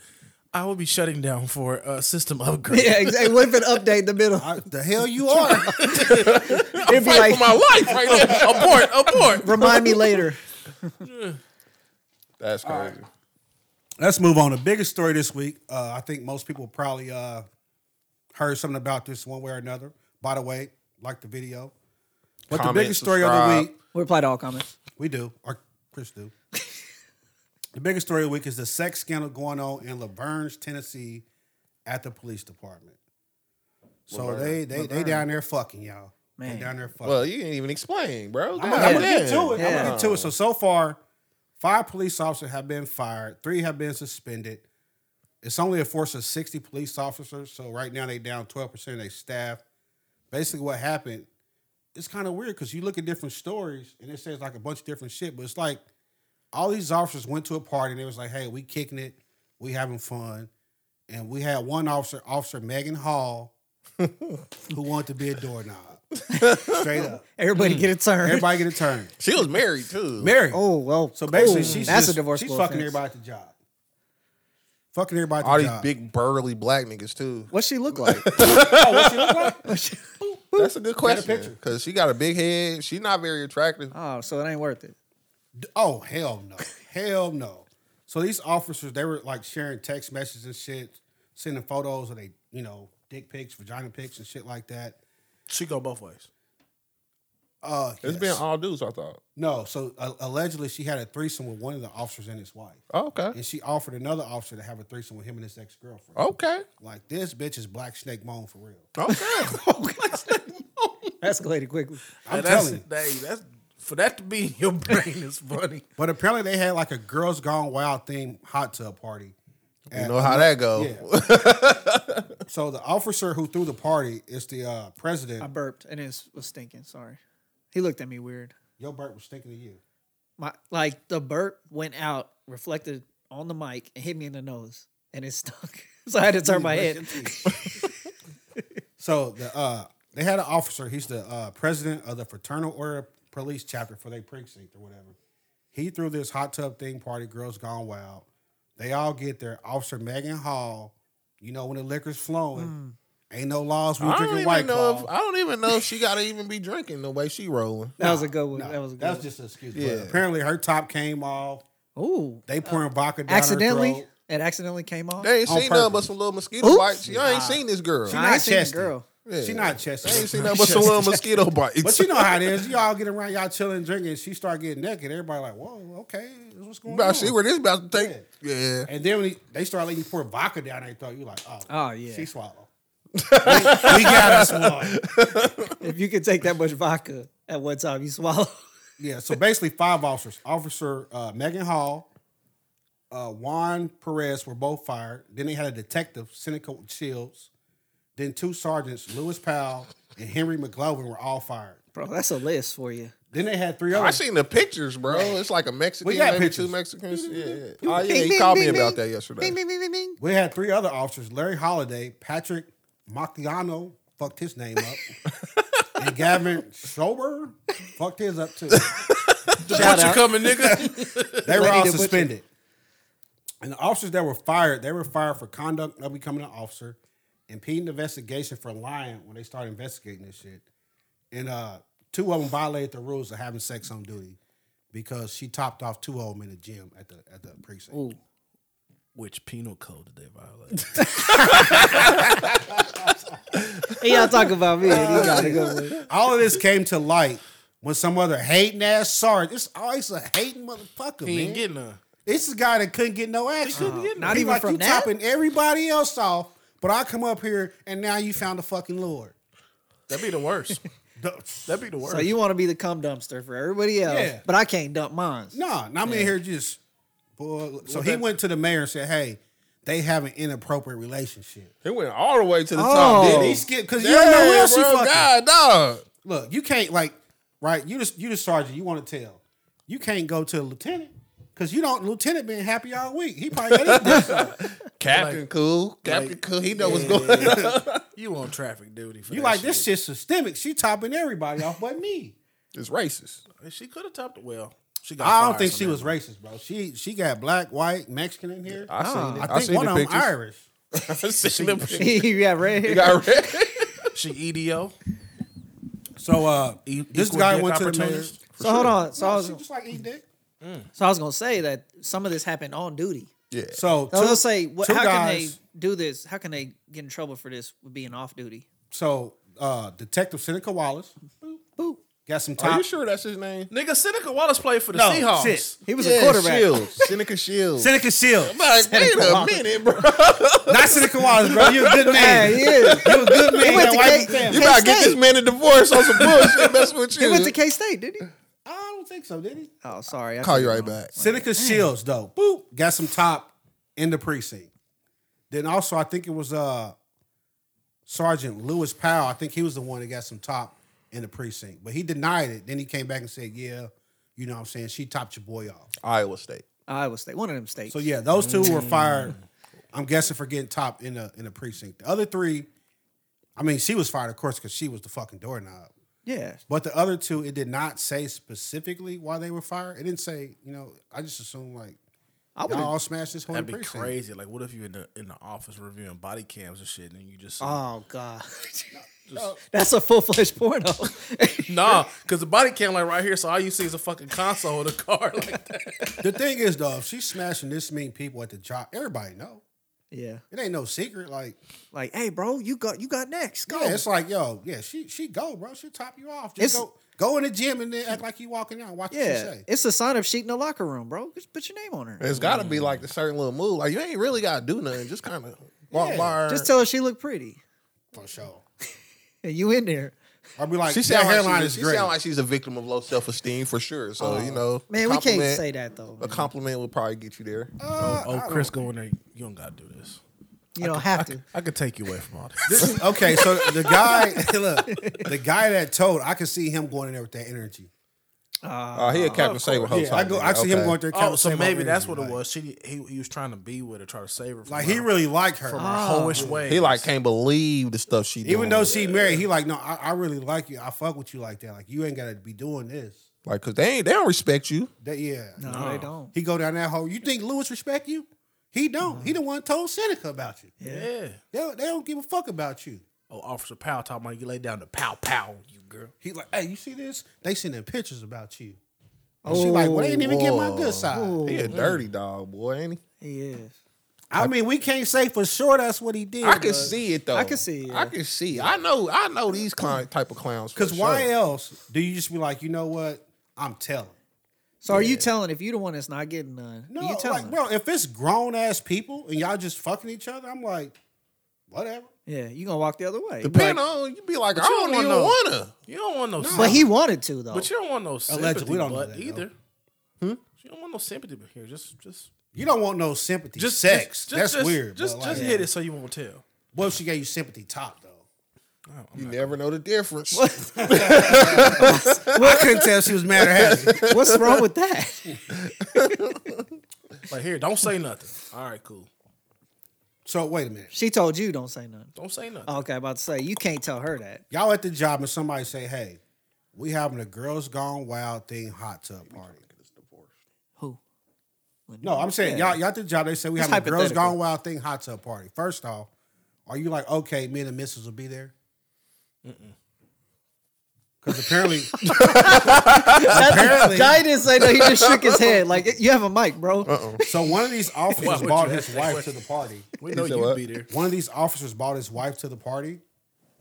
S1: I will be shutting down for a system upgrade.
S3: Yeah, exactly. What if it update in the middle?
S2: I- the hell you are?
S3: It'd be like
S4: for my life right now.
S1: Abort, abort.
S3: remind me later.
S4: That's crazy.
S2: Let's move on. The biggest story this week. Uh, I think most people probably uh, heard something about this one way or another. By the way, like the video. But
S4: Comment,
S2: the biggest story of
S4: subscribe.
S2: the week
S3: We replied to all comments.
S2: We do. Or Chris do. the biggest story of the week is the sex scandal going on in Laverne's, Tennessee, at the police department. So they they they down there fucking y'all.
S3: Man.
S2: They down there fucking.
S4: Well, you didn't even explain, bro.
S2: I'm,
S4: Come
S2: gonna-
S4: on,
S2: I'm gonna get
S4: man.
S2: to it. I'm
S3: Yeah.
S2: gonna get to it. So so far, five police officers have been fired. Three have been suspended. It's only a force of sixty police officers. So right now they down twelve percent of their staff. Basically, what happened? It's kind of weird because you look at different stories and it says like a bunch of different shit, but it's like all these officers went to a party and they was like, "Hey, we kicking it, we having fun," and we had one officer, Officer Megan Hall, who wanted to be a doorknob. Straight up,
S3: Everybody get a turn.
S2: everybody get a turn.
S4: She was married too.
S2: Mary.
S3: Oh well.
S2: So basically,
S3: ooh,
S2: she's
S3: that's
S2: just-
S3: a divorce.
S2: She's
S3: law
S2: fucking
S3: offense.
S2: everybody at the job. Fucking everybody at the
S4: All these
S2: job.
S4: big burly black niggas too.
S3: What's she look like?
S2: oh, what she look like?
S4: That's a good question
S2: picture.
S4: because she got a big head. She's not very attractive.
S3: oh, so it ain't worth it.
S2: Oh hell no, hell no. So these officers, they were like sharing text messages and shit, sending photos of they, you know, dick pics, vagina pics, and shit like that.
S1: She go both ways.
S2: Uh,
S4: It's
S2: yes.
S4: been all dudes, I thought.
S2: no. So uh, allegedly, she had a threesome with one of the officers and his wife,
S4: Oh, okay.
S2: and she offered another officer to have a threesome with him and his ex girlfriend.
S4: Okay.
S2: Like this bitch is black snake moan for real.
S4: Okay.
S3: Escalated quickly.
S2: I'm
S1: Hey, that's,
S2: telling you.
S1: hey, that's for that to be in your brain is funny.
S2: But apparently they had like a girls gone wild theme hot tub party.
S4: you know how that go.
S2: Yeah. so the officer who threw the party is the uh,
S3: I
S2: president.
S3: burped and it was stinking. Sorry. He looked at me weird.
S2: Yo, Bert was thinking of you.
S3: My like the burp went out, reflected on the mic, and hit me in the nose, and it stunk. so I had to turn my head.
S2: so the uh, they had an officer. He's the uh, president of the fraternal order police chapter for their precinct or whatever. He threw this hot tub thing party. Girls gone wild. They all get there. Officer Megan Hall. You know when the liquor's flowing, ain't no laws. We
S4: Mm. I don't
S2: drinking
S4: even
S2: white
S4: know.
S2: claw.
S4: If, I don't even know if she gotta even be drinking the way she rolling.
S3: That was a good one. that was a good.
S2: That's
S3: one.
S2: just an excuse.
S4: Yeah.
S2: But apparently her top came off.
S3: Ooh,
S2: They
S4: Uh,
S2: pouring vodka down her
S3: accidentally,
S2: throat.
S3: it accidentally came off.
S4: They ain't
S2: On
S4: seen nothing but
S2: purpose.
S4: some little mosquito bites. Y'all ain't seen this girl.
S3: I
S2: not
S3: ain't seen the
S2: chesty.
S3: girl.
S4: Yeah.
S2: She not chesty.
S4: They ain't seen nothing but some little mosquito bites.
S2: But you know how it is. Y'all get around, y'all chilling, drinking. She start getting naked. Everybody like, whoa, okay, what's going on?
S4: about to see where this about to take. Yeah.
S2: and then when he, they start letting you pour vodka down their throat, you like, oh,
S3: Oh, yeah.
S2: she swallowed. we, we got us one.
S3: If you could take that much vodka at what time you swallow.
S2: Yeah, so basically five officers. Officer uh, Megan Hall, uh, Juan Perez were both fired. Then they had a detective, Seneca Shields. Then two sergeants, Lewis Powell and Henry McGlovin, were all fired.
S3: Bro, that's a list for you.
S2: Then they had three
S4: I
S2: others.
S4: seen the pictures, bro. It's like a Mexican,
S2: We got
S4: maybe two
S2: pictures.
S4: Mexicans. Yeah. Oh yeah,
S3: Bing,
S4: he
S3: bing,
S4: called me
S3: bing,
S4: about
S3: bing.
S4: that yesterday.
S3: Bing, bing, bing, bing, bing.
S2: We had three other officers, Larry Holiday, Patrick Macchiano, fucked his name up. and Gavin Schober fucked his up too.
S1: What you coming, nigga?
S2: They were
S3: Lady
S2: all
S3: the Butcher.
S2: suspended. And the officers that were fired, they were fired for conduct of becoming an officer, impeding the investigation for lying when they started investigating this shit. And uh, two of them violated the rules of having sex on duty because she topped off two of them in the gym at the at the precinct.
S1: Which penal code did they violate?
S3: Hey, y'all talk about me. and You gotta go with it.
S2: All of this came to light when some other hating ass sergeant, it's always a hating motherfucker,
S1: He
S2: man.
S1: ain't getting none.
S2: It's the guy that couldn't get no action.
S3: get Not
S2: He
S3: even
S2: like,
S3: from
S2: you
S3: that?
S2: topping everybody else off, but I come up here and now you found the fucking Lord.
S1: That'd be the worst. That'd be the worst.
S3: So you want to be the cum dumpster for everybody else,
S2: Yeah.
S3: but I can't dump mine.
S2: No, and I'm in here just boy. So
S1: Well,
S2: he
S1: that-
S2: went to the mayor and said, "Hey, they have an inappropriate relationship."
S4: He went all the way to the
S3: Oh.
S4: top. Did
S2: He
S4: he?
S2: skipped because you don't know who else he
S4: bro,
S2: fucking.
S4: God, dog.
S2: Look, you can't like right. You just you the sergeant. You want to tell. You can't go to the lieutenant because you don't. Lieutenant been happy all week. He probably got his dick sucked.
S4: Captain Cool, Captain Cool. He know what's going. on.
S1: You on traffic duty? For
S2: You
S1: that
S2: like
S1: shit.
S2: this shit's systemic. She topping everybody off but me.
S4: It's racist.
S1: She could have topped it. Well, she got.
S2: I don't
S1: fired
S2: think
S1: for
S2: she
S1: that.
S2: was racist, bro. She she got black, white, Mexican in here.
S4: I seen it.
S2: I
S4: I,
S2: think
S4: seen
S2: one
S4: the
S2: of them
S4: pictures.
S2: Irish.
S4: I seen the pictures.
S3: you got red hair.
S4: He got red.
S1: She E edo.
S2: So uh,
S1: E-
S2: this
S1: equal
S2: guy
S1: dick
S2: went to the mayor.
S1: opportunities?
S3: so hold on. So, I was,
S2: She just like eat dick.
S3: so I was gonna say that some of this happened on duty.
S4: Yeah.
S2: So
S3: I was
S2: two-
S3: gonna say, what,
S2: two
S3: how
S2: guys-
S3: can they do this? How can they get in trouble for this with being off duty?
S2: So uh, Detective Seneca Wallace
S3: Boop.
S2: got some time.
S4: Are you sure that's his name?
S1: Nigga, Seneca Wallace played for the
S2: No,
S1: Seahawks.
S2: shit.
S3: He was
S4: Yeah,
S3: a quarterback.
S4: Shields. Seneca Shields.
S2: Seneca Shield,
S4: Like, wait a
S3: Wallace.
S4: minute, bro.
S2: not Seneca Wallace, bro. You a good man.
S3: Hey, yeah.
S2: You a good man.
S3: He
S2: That
S3: went to
S2: white
S3: K-
S2: family.
S4: You gotta get this man a divorce on some bullshit. That's what you.
S3: He went to K State, did he?
S2: I don't think so, did he?
S3: Oh, sorry. I
S4: Call you right back.
S2: Seneca Shields though, boop, got some top in the precinct. Then also, I think it was uh, Sergeant Lewis Powell. I think he was the one that got some top in the precinct, but he denied it. Then he came back and said, "Yeah, you know what I'm saying she topped your boy off."
S4: Iowa State.
S3: Iowa State, one of them states.
S2: So yeah, those two were fired. I'm guessing for getting top in the in the precinct. The other three, I mean, she was fired, of course, because she was the fucking doorknob.
S3: yeah.
S2: But the other two, it did not say specifically why they were fired. It didn't say. You know, I just assumed like
S3: I
S2: y'all
S3: would.
S2: all smashed this whole
S1: That'd be
S2: precinct.
S1: crazy. Like, what if you in the in the office reviewing body cams and shit, and you just
S3: Oh God. That's a full fledged porno.
S1: nah, because the body cam like right here, so all you see is a fucking console of the car. Like that.
S2: The thing is, though, if she's smashing this many people at the job, everybody know.
S3: yeah.
S2: It ain't no secret. Like,
S3: Like, hey, bro, you got you got next. Go.
S2: yeah, it's like, yo, yeah, she she go, bro. She top you off. Just
S3: It's-
S2: go go in the gym and then act like you walking out. Watch what she
S3: Yeah,
S2: say.
S3: it's a sign of sheet in the locker room, bro. Just put your name on her.
S4: It's gotta be like a certain little move. Like you ain't really gotta do nothing. Just kind of walk
S2: Yeah.
S4: by her.
S3: Just tell her she looked pretty,
S2: For sure.
S3: and you in there.
S2: I'll be like,
S4: she
S2: your
S4: sound like
S2: hairline
S4: she-
S2: is
S4: she
S2: great. Oh,
S4: sound like she's a victim of low self esteem for sure. So you know,
S3: Man, we can't
S4: compliment-
S3: say that though.
S4: A
S3: man.
S4: compliment will probably get you there.
S2: Uh,
S1: oh, oh, Chris, go in there. You don't gotta do this.
S3: You don't have to.
S1: I could take you away from all this.
S2: This- okay, so the guy, look, the guy that told, I could see him going in there with that energy.
S4: Uh, he a Captain Sable host.
S2: Yeah, I go, I see him going there.
S1: oh, so maybe that's what it was. She he, he was trying to be with her, try to save her. From
S2: Like
S1: her,
S2: he really liked her,
S1: from her hoish way.
S4: He like can't believe the stuff she.
S2: even
S4: doing.
S2: though she married. He like, no, I, I really like you. I fuck with you like that. Like you ain't gotta be doing this.
S4: like, cause they ain't they don't respect you.
S2: That yeah.
S3: No, they don't.
S2: He go down that hole. You think Lewis respect you? He don't. He the one told Seneca about you.
S1: yeah.
S2: They don't, they don't give a fuck about you.
S1: Oh, Officer Powell talking about you lay down the pow pow, you girl.
S2: He like, hey, you see this? They sending pictures about you. And she like,
S3: Oh,
S2: well, they didn't even get my good side.
S4: He a dirty dog, boy, ain't he?
S3: He is.
S2: I mean, we can't say for sure that's what he did.
S4: I can see it though.
S3: I can see it.
S4: I can see. it. I know. I know these clown, type of clowns. for
S2: Because why
S4: sure.
S2: else do you just be like, you know what? I'm telling.
S3: So are you telling if you the one that's not getting none?
S2: No,
S3: you telling?
S2: like, bro, if it's grown ass people and y'all just fucking each other, I'm like, Whatever.
S3: Yeah, you gonna walk the other way.
S4: Depending on you be like, I
S1: you don't
S4: don't,
S1: want
S4: even
S1: no-
S4: wanna.
S1: You don't want no. sympathy.
S3: But he wanted to though.
S1: But you don't want no sympathy
S2: Allegedly, we don't know
S1: butt
S2: that, though. Hmm?
S1: either. You don't want no sympathy but here. Just, just,
S2: You don't want no sympathy.
S1: just
S2: Just sex.
S1: Just,
S2: That's
S1: just,
S2: weird.
S1: Just,
S2: but, like,
S1: just hit it so you won't tell.
S2: What if she gave you sympathy top though?
S4: You never know the difference.
S2: I couldn't tell if she was mad or happy.
S3: What's wrong with that?
S1: Like here, don't say nothing. All right, cool.
S2: So wait a minute.
S3: She told you don't say nothing. Oh,
S1: Don't say nothing.
S2: Oh.
S3: Okay, about to say you can't tell her that.
S2: Y'all at the job and somebody say, "Hey, we having a girls gone wild thing hot tub party."
S3: Who?
S2: No, I'm saying
S3: Yeah.
S2: y'all y'all at the job. They say we
S3: It's
S2: having a girls
S3: hypothetical.
S2: gone wild thing hot tub party. First off, are you like okay? Me and the missus will be there. Because apparently, apparently,
S3: Jai didn't say no. He just shook his head like you have a mic, bro.
S2: so one of these officers
S1: would you
S2: bought
S1: ask
S2: his
S1: that
S2: wife to
S1: question?
S2: the party.
S1: We know
S4: said
S1: you'd
S4: what?
S1: be there.
S2: One of these officers bought his wife to the party.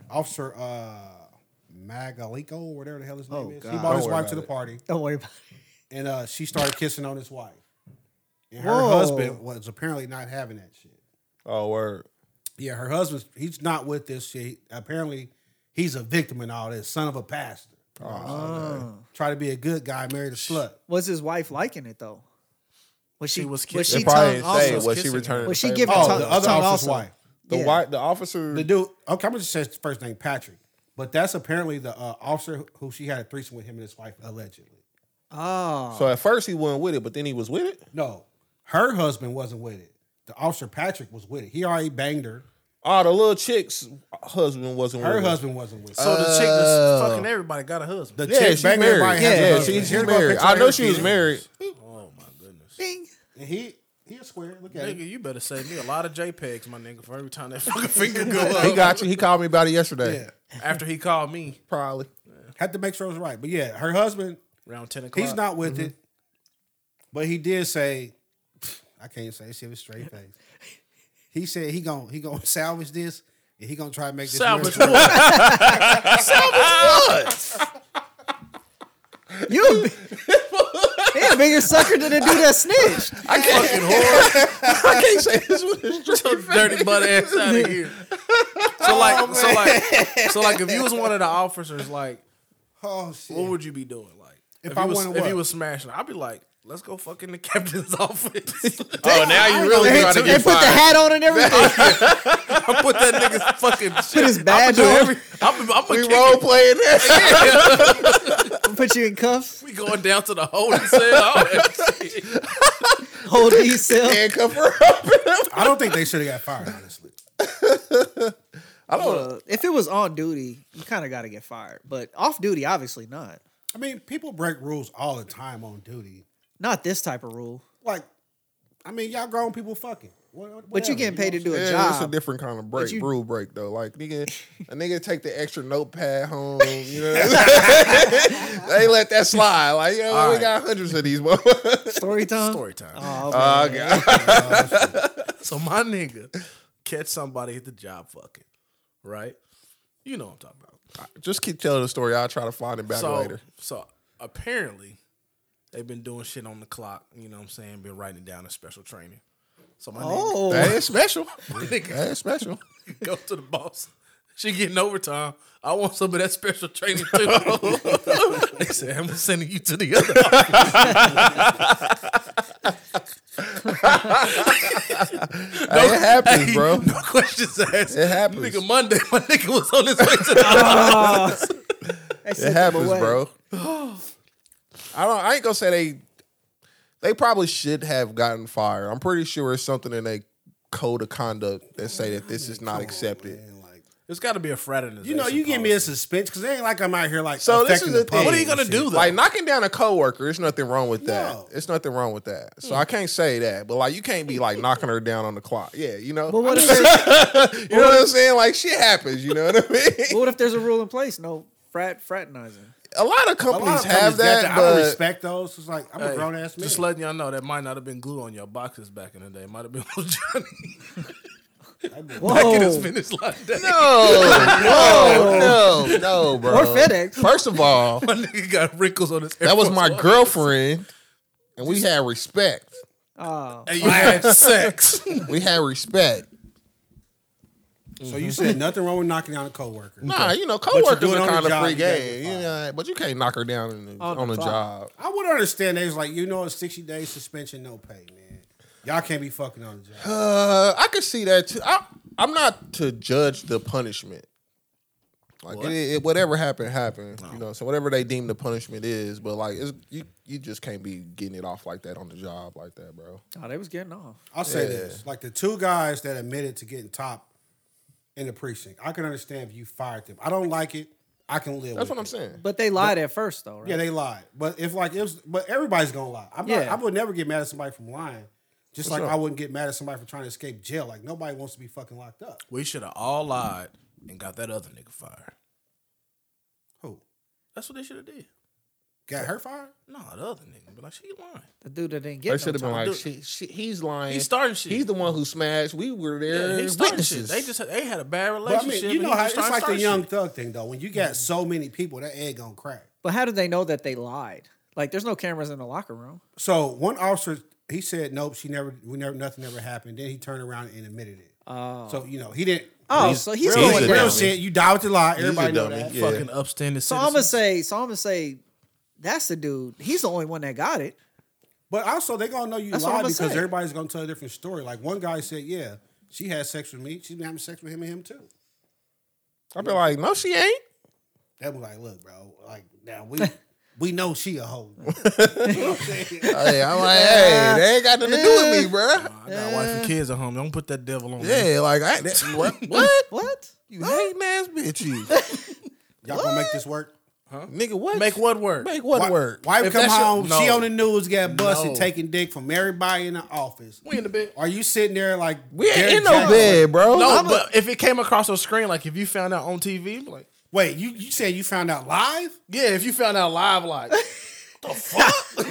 S2: Officer uh, Magalico, or whatever the hell his name
S3: Oh,
S2: is,
S3: God.
S2: he bought
S4: Don't
S2: his
S4: worry
S2: wife
S4: about
S2: to the
S4: it.
S2: party,
S3: Don't worry about it.
S2: and uh, she started kissing on his wife. And her
S3: Whoa.
S2: husband was apparently not having that shit.
S4: Oh word.
S2: Yeah, her husband's he's not with this shit. Apparently, he's a victim in all this. Son of a pastor. Try to be a good guy, married a slut.
S3: Was his wife liking it though? Was she,
S1: She
S3: was
S1: was kissing.
S3: she
S4: They
S1: She
S4: probably
S3: telling
S4: didn't say
S1: also
S4: was
S3: officers?
S4: she
S1: kissing
S4: returning.
S1: him.
S4: the
S3: Was she
S4: favor?
S3: giving
S2: Oh,
S3: tongue,
S2: the other
S3: tongue
S2: officer's
S3: also?
S2: wife.
S4: the
S3: yeah.
S4: white the officer
S2: The dude. Okay, I'm gonna just say his first name Patrick, but that's apparently the uh, officer who she had a threesome with him and his wife allegedly.
S3: Oh,
S4: So at first he wasn't with it, but then he was with it.
S2: No, her husband wasn't with it. The officer Patrick was with it. He already banged her.
S4: Oh, the little chick's husband wasn't
S2: Her
S4: with it.
S2: husband wasn't with it.
S1: So the chick that's fucking everybody got a husband.
S2: Oh. the
S4: Yeah,
S2: chick
S4: she
S2: banged
S4: married.
S2: everybody.
S4: Yeah,
S2: has a
S4: yeah,
S2: husband.
S4: she, she's
S2: Here's my
S4: married.
S2: picture
S4: I
S2: of
S4: know
S2: her
S4: she was
S2: cheating.
S4: married.
S1: oh my goodness.
S3: ding.
S2: And he he a square. Look at him.
S1: Nigga, you better save me a lot of JPEGs, my nigga, for every time that fucking finger go
S4: He
S1: up.
S4: got you. He called me about it yesterday.
S2: Yeah,
S1: After he called me
S4: Probably.
S2: had to make sure it was right. But yeah, her husband
S1: around ten o'clock.
S2: He's not with
S1: Mm-hmm.
S2: it. But he did say, I can't say shit with a straight face. He said he gonna he gonna salvage this and he gonna try to make this
S1: salvage
S2: marriage-
S1: what?
S3: You a bi- yeah, bigger sucker than a dude that snitched.
S1: I fucking whore.
S4: I can't say this with a straight
S1: Your dirty butt ass out of here. So like, so like, so like, if you was one of the officers, like,
S2: Oh shit.
S1: what would you be doing? Like,
S2: If
S1: if,
S2: I
S1: you was,
S2: wanted
S1: if
S2: what?
S1: you was smashing, I'd be like, let's go fuck in the captain's office.
S4: Oh, now you really
S3: They,
S4: trying to
S3: they
S4: get
S3: put the
S4: fired.
S3: hat on and everything.
S1: I put that nigga's fucking shit.
S3: his badge
S1: I'ma do
S3: on.
S1: every- I'ma- I'ma
S4: We
S1: kick
S4: role
S1: it.
S4: playing that.
S3: Put you in cuffs.
S1: We going down to the holding cell. all that shit.
S3: Hold these cell.
S4: Handcuff her up.
S2: I don't think they should have got fired, honestly.
S4: I don't.
S3: Uh, if it was on duty, you kind of got to get fired. But off duty, obviously not.
S2: I mean, people break rules all the time on duty.
S3: Not this type of rule.
S2: Like, I mean, y'all grown people fucking. What- what-
S3: But you
S2: whatever,
S3: getting paid to
S2: know
S3: do a
S4: Yeah, it's a
S3: job.
S4: different kind of break,
S3: you-
S4: rule break though. Like nigga, a nigga take the extra notepad home. You know, they let that slide. Like you know, we
S1: right.
S4: got hundreds of these. motherfuckers.
S3: Story time.
S1: Story time.
S3: Oh,
S4: oh
S3: man.
S4: god.
S1: Uh, So my nigga catch somebody at the job fucking, right? You know what I'm talking about.
S4: Just keep telling the story. I'll try to find it back
S1: so,
S4: later.
S1: So apparently they've been doing shit on the clock, you know what I'm saying? Been writing it down in special training. So my nigga,
S3: Oh,
S4: That is special.
S1: my nigga
S4: That is special.
S1: go to the boss. She getting overtime. I want some of that special training too. they said, I'm sending you to the other office.
S4: Hey, it happens,
S1: Hey,
S4: bro.
S1: No questions asked.
S4: It happens.
S1: Nigga, Monday, my nigga was on his way to the
S3: they sent
S4: It
S3: them
S4: happens,
S3: away.
S4: bro. I don't. I ain't gonna say they. They probably should have gotten fired. I'm pretty sure it's something in a code of conduct that say that this is not accepted.
S2: And like,
S1: It's got to be a fraternization.
S2: you know, you give me a suspense because it ain't like I'm out here like.
S4: So this
S2: affecting
S4: is the thing.
S2: public
S1: What are you
S2: and
S1: gonna
S2: shit.
S1: do though?
S4: Like knocking down a coworker, there's nothing wrong with that.
S2: No.
S4: It's nothing wrong with that. So I can't say that, but like you can't be like knocking her down on the clock. Yeah, you know,
S3: But what if, there's,
S4: you know what I'm saying? Like shit happens. You know what I mean?
S3: but what if there's a rule in place? No frat fraternizing.
S4: a lot of
S2: A
S4: companies
S2: lot of
S4: have
S2: companies
S4: that,
S2: got I
S4: but
S2: don't respect those. It's like I'm a
S1: Hey,
S2: grown ass man.
S1: Just letting y'all know that might not have been glue on your boxes back in the day. It might have been old Johnny back in his
S3: Whoa.
S1: finish line day.
S4: no, no, no, no, bro.
S3: Or FedEx.
S4: First of all,
S1: My nigga got wrinkles on his. Air
S4: that was
S1: Force
S4: my
S1: One.
S4: girlfriend, and we had respect.
S3: Oh,
S1: Hey, you had sex.
S4: We had respect.
S2: So you said nothing wrong with knocking out a coworker.
S4: Nah, you know,
S2: you
S4: coworkers
S2: do it
S4: are
S2: on the
S4: kind of
S2: job,
S4: free
S2: you gotta
S4: game,
S2: be
S4: you know, but you can't knock her down in the, on,
S6: the
S4: a
S6: clock.
S4: job.
S2: I would understand. They was like, you know, a sixty day suspension, no pay, man. Y'all can't be fucking on the job.
S4: Uh, I could see that too. I, I'm not to judge the punishment. Like it, it, whatever happened, happened. You know, so whatever they deem the punishment is, but like it's, you, you just can't be getting it off like that on the job like that, bro.
S6: Oh, they was getting off.
S2: I'll say this: like the two guys that admitted to getting top in the precinct, I can understand if you fired them. I don't like it. I can live.
S4: That's
S2: with
S4: what I'm
S2: it.
S4: saying.
S6: But they lied at first, though, right?
S2: Yeah, they lied. But if like it was, but everybody's gonna lie. I'm not,
S6: Yeah.
S2: I would never get mad at somebody from lying. Just like
S4: sure.
S2: I wouldn't get mad at somebody for trying to escape jail. Like nobody wants to be fucking locked up.
S1: We should have all lied and got that other nigga fired.
S2: Who
S1: That's what they should have did.
S2: got her fired?
S1: No, the other nigga. But like, she lying.
S6: the dude that didn't get.
S4: They
S6: no
S4: should have been
S6: time.
S1: dude.
S4: like, she, she, he's lying.
S1: He starting shit.
S4: He's the one who smashed. We were there.
S1: Yeah, he started shit.
S4: witnesses.
S1: They just they had a bad
S2: But I
S1: relationship.
S2: mean, you
S1: and
S2: know
S1: he
S2: how
S1: just
S2: it's
S1: started
S2: like the
S1: starting
S2: young
S1: shit.
S2: thug thing though. When you got so many people, that egg gonna crack.
S6: But how do they know that they lied? Like, there's no cameras in the locker room.
S2: So one officer, he said, "Nope, she never, we never, nothing ever happened." Then he turned around and admitted it. Oh. So you know he didn't.
S6: Oh, so he's
S4: real-
S6: going
S4: he's a
S6: down.
S2: Real
S4: dummy.
S2: shit. You die with the lie. Everybody know
S4: dummy.
S2: that.
S4: Yeah.
S1: fucking upstanding.
S6: So I'm gonna say, so I'm gonna say, that's the dude. He's the only one that got it.
S2: But also, they gonna know you
S6: That's what
S2: lie
S6: I'ma
S2: because
S6: say.
S2: everybody's gonna tell a different story. Like one guy said, "Yeah, she had sex with me. She's been having sex with him and him too."
S4: I'd be like, no, she ain't.
S2: That was like, "Look, bro, like now we we know she a hoe."
S4: hey, Oh, I'm like, hey, they ain't got nothing to do with me, bro.
S1: I got wife and kids at home. Don't put that devil on. me.
S4: Yeah, like, I, that, what? what?
S6: What?
S4: You hating ass bitch, you.
S2: Y'all gonna make this work?
S4: Nigga, what?
S1: Make what work?
S4: Make what
S2: Why-
S4: work?
S2: Wife
S1: If
S2: come
S1: that's your-
S2: home. She
S1: No.
S2: on the news got busted
S1: No.
S2: taking dick from everybody in the office.
S1: We in the bed.
S2: Are you sitting there like
S4: We ain't
S2: Derrick
S4: in no
S2: Jackson?
S4: bed, bro.
S1: No, but if it came across your screen, like if you found out on TV, like
S2: Wait, you you said you found out live?
S1: yeah, if you found out live, like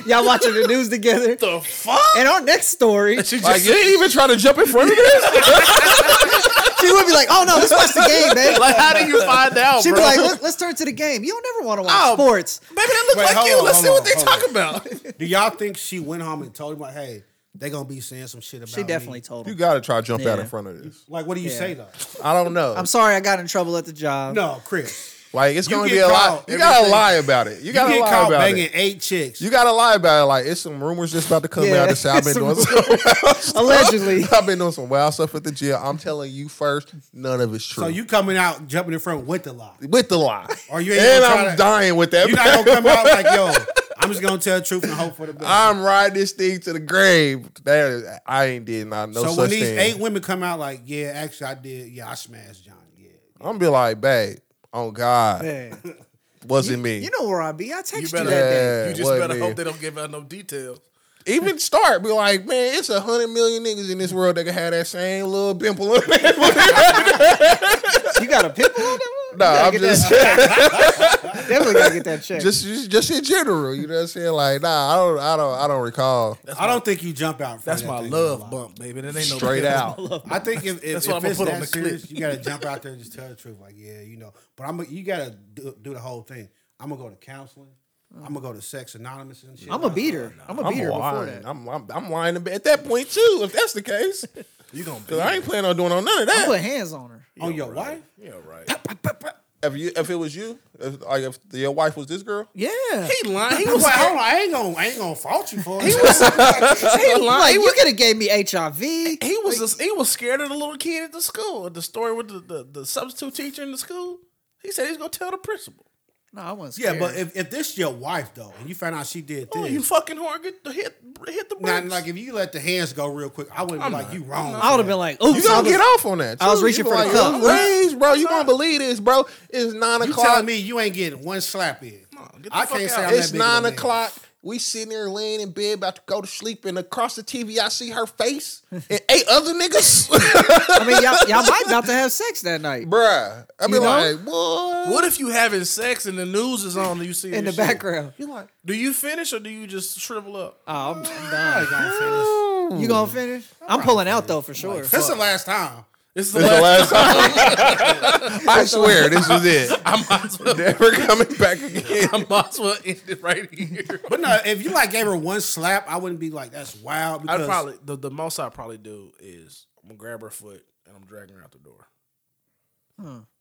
S6: Y'all watching the news together?
S1: the fuck.
S6: And our next story,
S1: She just
S4: Like, you ain't even trying to jump in front of this?
S6: she would be like, "Oh no, let's watch the game, man."
S1: like, how do you find out?
S6: She'd be
S1: bro?
S6: like, Let, "Let's turn to the game." You don't ever want to watch
S1: Oh.
S6: sports.
S1: Baby, that look
S2: Wait,
S1: like
S2: hold
S1: you.
S2: on,
S1: Let's
S2: hold
S1: see what
S2: on,
S1: they
S2: hold
S1: talk
S2: on.
S1: about.
S2: Do y'all think she went home and told him like, hey, they gonna be saying some shit about
S6: She definitely
S2: me?
S6: told
S4: You
S6: him.
S4: gotta try to jump out
S6: Yeah.
S4: in front of this.
S2: Like, what do you
S6: Yeah.
S2: say though?
S4: I don't know.
S6: I'm sorry, I got in trouble at the job.
S2: No, Chris.
S4: like, it's
S2: You
S4: gonna
S2: get
S4: be a lie.
S2: caught
S4: You gotta
S2: everything.
S4: lie about it. You
S2: You
S4: gotta
S2: get
S4: lie
S2: caught
S4: about
S2: banging
S4: it.
S2: eight chicks.
S4: You gotta lie about it. Like, it's some rumors just about to come
S6: Yeah,
S4: out that say I've been
S6: some
S4: doing some
S6: Allegedly.
S4: I've been doing some wild stuff at the gym. I'm telling you first, none of it's true.
S2: so you coming out jumping in front with the lie.
S4: with the lie.
S2: Or you ain't
S4: and
S2: gonna
S4: I'm
S2: try to-
S4: dying with that.
S2: You not gonna come out like, yo, I'm just gonna tell the truth and hope for the best.
S4: I'm riding this thing to the grave. That is, I ain't did not no
S2: so
S4: such
S2: when these
S4: thing.
S2: eight women come out like, yeah, actually I did, yeah, I smashed Johnny. Yeah.
S4: I'm gonna be like, babe, on God,
S6: Yeah.
S4: wasn't me.
S6: You know where I be. I text you,
S1: You better,
S6: that day.
S4: Yeah,
S1: you just
S4: what,
S1: better
S4: man?
S1: hope they don't give out no details.
S4: Even start be like, man, it's a hundred million niggas in this world that can have that same little pimple. on their-
S6: You got a pimple on that one? You
S4: no,
S6: gotta
S4: I'm
S6: get
S4: just,
S6: that- definitely gotta get that check.
S4: just, just, just in general. You know what I'm saying? Like, nah, I don't, I don't, I don't recall
S2: I don't think you jump out. in front
S1: That's
S2: of that
S1: my
S2: thing
S1: love
S2: lie.
S1: bump, baby. That ain't no
S4: straight
S1: that's
S4: out.
S1: my love
S2: I think if, if,
S1: That's
S2: if
S1: what I'ma
S2: it's
S1: put
S2: that
S1: on the
S2: serious,
S1: clip.
S2: you gotta jump out there and just tell the truth. Like, yeah, you know. But I'm you gotta do, do the whole thing. I'm gonna go to counseling. I'm gonna go to Sex Anonymous and shit.
S6: I'm a beater. I'm a
S4: I'm
S6: beater before
S4: lying.
S6: that.
S4: I'm, I'm, I'm lying to be- at that point too. If that's the case,
S1: You gonna be
S4: because I ain't planning on doing on none of
S6: I'm
S4: that.
S6: putting hands on her.
S2: on your wife.
S1: yeah, right.
S4: If you, if it was you, if, like if your wife was this girl,
S6: Yeah.
S1: He lying. He
S2: Well,
S1: was
S2: hold on, I ain't gonna, I ain't gonna fault you for it.
S6: He like, you could have gave me HIV.
S1: he was just, he was scared of the little kid at the school. The story with the, the, the substitute teacher in the school. He said he's gonna tell the principal.
S6: No, I wasn't
S2: yeah,
S6: scared.
S2: but if, if this your wife though, and you found out she did
S1: Oh,
S2: this,
S1: you fucking whore! Get the, hit hit the
S2: now,
S1: brakes.
S2: like if you let the hands go real quick, I wouldn't be like you wrong.
S6: I would have been like, "Oh, oops,
S4: You
S6: I
S4: gonna
S6: was,
S4: get off on that.
S6: I was
S4: too.
S6: reaching
S4: You
S6: for the
S4: like,
S6: cup.
S4: "Yo, Raise, bro. You gonna believe this, bro? It's nine
S2: you
S4: o'clock.
S2: telling me you ain't getting one slap in?
S1: get the
S2: I
S1: fuck out.
S2: can't say I'm
S4: it's
S2: that big of a
S4: nine
S2: man.
S4: o'clock. We sitting there laying in bed, about to go to sleep, and across the TV, I see her face and eight other niggas,
S6: I mean, y'all, y'all might about to have sex that night
S4: bruh. I be
S6: You know?
S4: like, what?
S1: what if you having sex and the news is on and you see
S6: in the
S1: this shit?
S6: background.
S4: You like?
S1: Do you finish or do you just shrivel up?
S6: Oh, I'm, I'm
S2: I
S6: done.
S2: ain't gonna say this.
S6: You gonna finish? I'm pulling out though for sure.
S2: This is the last time.
S1: This is the
S4: This the
S1: last.
S4: last time. I swear, this was it.
S1: I might as well.
S4: Never coming back again.
S1: I might as well end it right here.
S2: But no, if you like gave her one slap, I wouldn't be like that's wild. Because
S1: I'd probably the, the most I'd probably do is I'm gonna grab her foot and I'm dragging her out the door.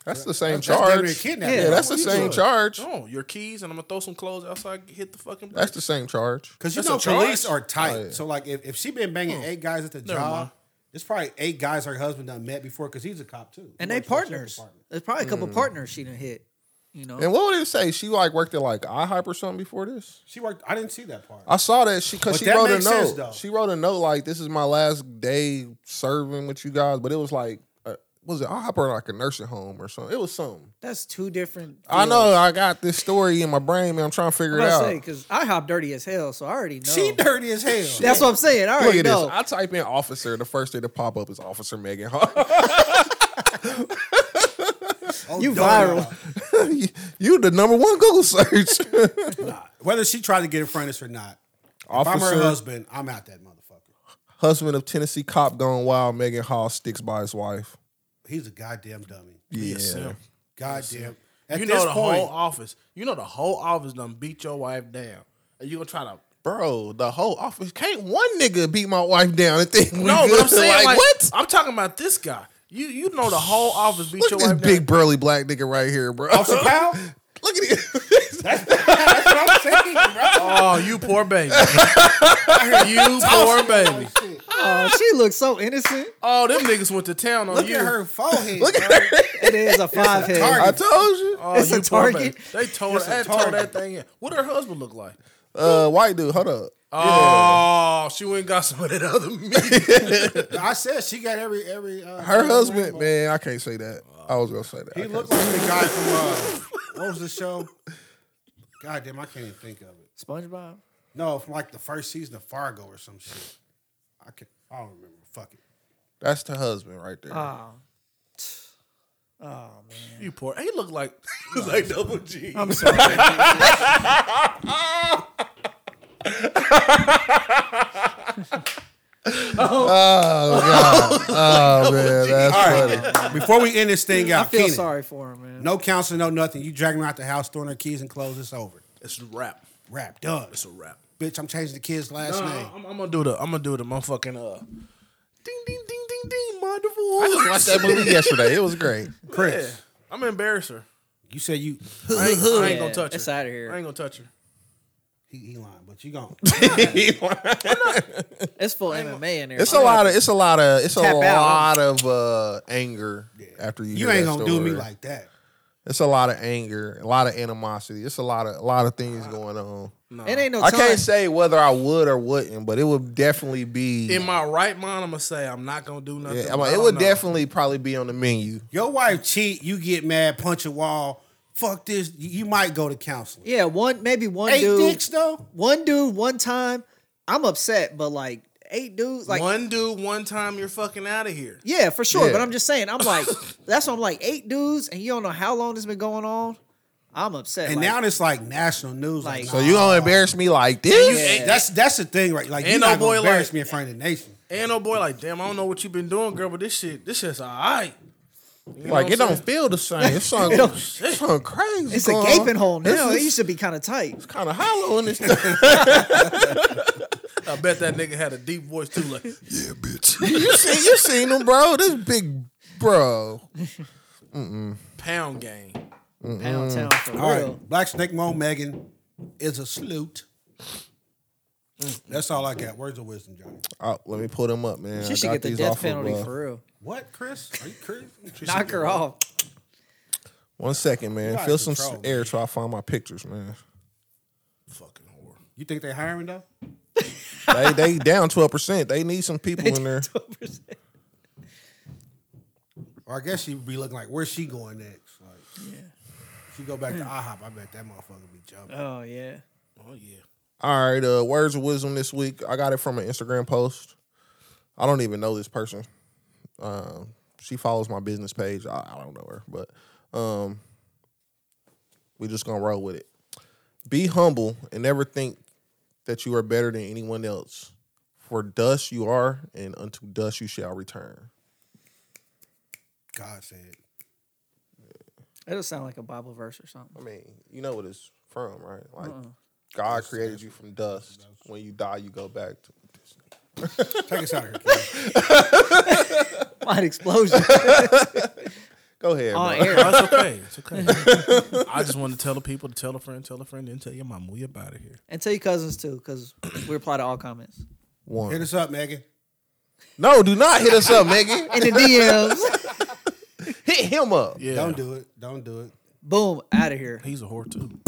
S4: That's the same
S2: That's damn near
S4: charge.
S2: kidnapping.
S4: yeah, that's the
S2: What are you
S4: same
S2: doing?
S4: charge.
S1: No, your keys, and I'm gonna throw some clothes outside. Hit the fucking.
S4: That's the same charge.
S2: Because you
S1: That's a
S2: know
S1: charge? Hmm.
S2: police are tight.
S4: Oh, yeah.
S2: So like if, if she been banging eight guys at the
S1: Never
S2: job,
S1: mind.
S2: it's probably eight guys her husband done met before because he's a cop too.
S6: And
S2: He
S6: they
S2: works for the sheriff's
S6: partners.
S2: department.
S6: There's probably a couple partners she done hit. You know,
S4: Mm. And what would it say? She like worked at like IHOP or something before this.
S2: She worked. I didn't see that part.
S4: I saw that she
S2: But
S4: because she
S2: that
S4: wrote a
S2: makes sense,
S4: note.
S2: though.
S4: she wrote a note like this is my last day serving with you guys, but it was like uh, was it IHOP or like a nursing home or something? It was something.
S6: that's two different.
S4: I know I got this story in my brain, man. I'm trying to figure
S6: I
S4: it
S6: am
S4: out.
S6: say because I hop dirty as hell, so I already know.
S3: Oh.
S2: She dirty as hell.
S6: that's what I'm saying. I
S4: Look
S6: already
S4: at
S6: know.
S4: this. I type in officer. The first thing to pop up is Officer Megan Hall.
S2: Oh,
S6: you
S2: dog.
S6: viral.
S4: you the number one Google search.
S2: Whether she tried to get in front of us or not. If I'm her
S4: officer,
S2: husband, I'm out that motherfucker.
S4: husband of Tennessee cop gone wild. Megan Hall sticks by his wife.
S2: He's a goddamn dummy.
S4: Yeah.
S1: Sam.
S2: Goddamn. At
S1: you
S2: this
S1: know the
S2: point,
S1: whole office. You know the whole office done beat your wife down, and you gonna try to.
S4: Bro, the whole office can't one nigga beat my wife down and think we
S1: No,
S4: good.
S1: but I'm saying like,
S4: what?
S1: I'm talking about this guy. You you know the whole office beat
S4: Look
S1: your
S4: at this
S1: wife
S4: big
S1: down.
S4: burly black nigga right here, bro.
S2: Officer Powell.
S4: Look at it.
S2: That's what I'm saying, bro.
S1: Oh, you poor baby. you poor baby.
S6: Oh, she looks so innocent.
S1: Oh, them niggas went to town on
S2: Look
S1: you.
S2: at her forehead.
S4: Look
S2: bro.
S4: at her.
S6: It is a five head.
S4: I told you.
S1: Oh,
S6: It's
S1: you
S6: a
S1: poor
S6: target.
S1: baby. They told
S2: It's a
S1: that told
S2: target.
S1: that thing. in. What her husband look like?
S4: Uh, white dude, hold up.
S1: Oh, she went and got some of that other meat.
S2: I said she got every every. Uh,
S4: Her husband, man, I can't say that. I was gonna say that.
S2: He
S4: I can't
S2: looked
S4: say-
S2: like the guy from uh, what was the show? Goddamn, I can't even think of it.
S6: SpongeBob.
S2: No, from like the first season of Fargo or some shit. I can I don't remember. Fuck it.
S4: that's the husband right there.
S1: Uh,
S6: Oh. Oh man.
S1: you poor. He look like he look like double G.
S6: I'm sorry.
S4: oh man, that's funny.
S2: Before we end this thing
S6: I
S2: out,
S6: feel
S2: Keenan,
S6: sorry for him, man.
S2: no counseling, no nothing. You dragging her out the house, throwing her keys and clothes. It's over.
S1: It's a wrap.
S2: Rap done.
S1: It's a wrap.
S2: Bitch, I'm changing the kid's last name.
S1: Uh, I'm, I'm gonna do the. I'm gonna do the motherfucking uh. Ding ding ding ding ding. My
S4: I just watched that movie yesterday. It was great.
S2: Chris,
S1: I'm gonna embarrass her.
S2: you said you
S1: I ain't, I ain't
S6: Yeah,
S1: gonna touch her.
S6: it's outta here.
S1: I ain't gonna touch her.
S2: he, he lying, but you gone.
S6: It's full MMA in there.
S1: Oh,
S4: It's a lot of. It's a lot of. It's a
S6: Tap out.
S4: lot of uh, anger after you.
S2: You
S4: hear
S2: ain't
S4: that
S2: gonna do
S4: story.
S2: me like that.
S4: It's a lot of anger, a lot of animosity. It's a lot of a lot of things going on.
S6: It ain't no.
S4: I
S6: time.
S4: can't say whether I would or wouldn't, but it would definitely be.
S1: In my right mind, I'm gonna say I'm not gonna do nothing.
S4: yeah, I
S1: but
S4: mean,
S1: I
S4: it
S1: don't
S4: would
S1: know.
S4: definitely probably be on the menu.
S2: Your wife cheat, you get mad, punch a wall. Fuck this. You you might go to counseling.
S6: Yeah, one maybe one
S2: Eight
S6: dude.
S2: dicks though.
S6: One dude, one time. I'm upset, but like eight dudes, like
S1: one dude, one time, you're fucking out of here.
S6: yeah, for sure.
S4: Yeah.
S6: But I'm just saying, I'm like, that's what I'm like, eight dudes, and you don't know how long this been going on. I'm upset.
S2: And
S6: like,
S2: now it's like national news. Like,
S6: Like-
S4: So you gonna embarrass me like this?
S1: Oh. Yeah.
S2: that's that's the thing, right? Like you
S1: Ain't
S2: not
S1: no
S2: gonna
S1: boy
S2: embarrass
S1: like-
S2: me in front of the nation.
S1: And old boy, like, damn, I don't know what you've been doing, girl, but this shit, this shit's all right. You know
S4: Like
S1: what
S4: it
S1: I'm
S4: don't feel the same. It's something,
S6: don't-
S4: it's something crazy.
S6: it's a
S4: going on.
S6: gaping hole now. It
S4: It's,
S6: used to be kind of tight.
S4: kind of hollow in this. thing.
S1: saying? I bet that nigga had a deep voice too. Like,
S4: Yeah, bitch. you seen you seen him, bro? This big bro.
S1: pound game.
S6: Pound town for real.
S2: All right, Black Snake Mo Megan is a salute. That's all I got. Words of wisdom, Johnny.
S4: Oh, let me pull them up, man. I
S6: She should
S4: got
S6: get the
S4: these
S6: death
S4: off of,
S6: penalty
S4: uh,
S6: for real.
S2: What, Chris? Are you crazy?
S6: Knock her off.
S4: One second, man.
S2: out
S4: Feel
S2: of
S4: some
S2: control,
S4: air till I find my pictures, man.
S1: Fucking whore.
S2: You think they hiring though?
S4: they they down twelve percent. They need some people in there.
S2: Or I guess she'd be looking like, where's she going next? Like, yeah. If you go back to IHOP, I bet that motherfucker be jumping.
S6: Oh yeah.
S1: Oh yeah.
S4: All right, uh, words of wisdom this week. I got it from an Instagram post. I don't even know this person. Um, she follows my business page. I, I don't know her, but um, we just gonna roll with it. Be humble and never think that you are better than anyone else. For dust you are, and unto dust you shall return.
S2: God said.
S6: That'll sound like a Bible verse or
S4: I
S6: something.
S4: mean, you know what it's from, right? Like God created you from dust. When you die, you go back to.
S2: Take us out of here. Kid.
S6: Mind explosion.
S4: Go ahead, bro.
S3: on air.
S1: That's okay. Oh, It's okay. I just want to tell the people to tell a friend, tell a friend, and tell your mom we about it here.
S3: And tell your cousins too, because we reply to all comments.
S2: Hit
S4: One.
S2: us up, Megan.
S4: No, do not hit us up, Megan.
S3: In the DMs.
S4: hit him up.
S1: Yeah,
S2: Don't do it. Don't do it.
S3: Boom, out of here.
S1: He's a whore too.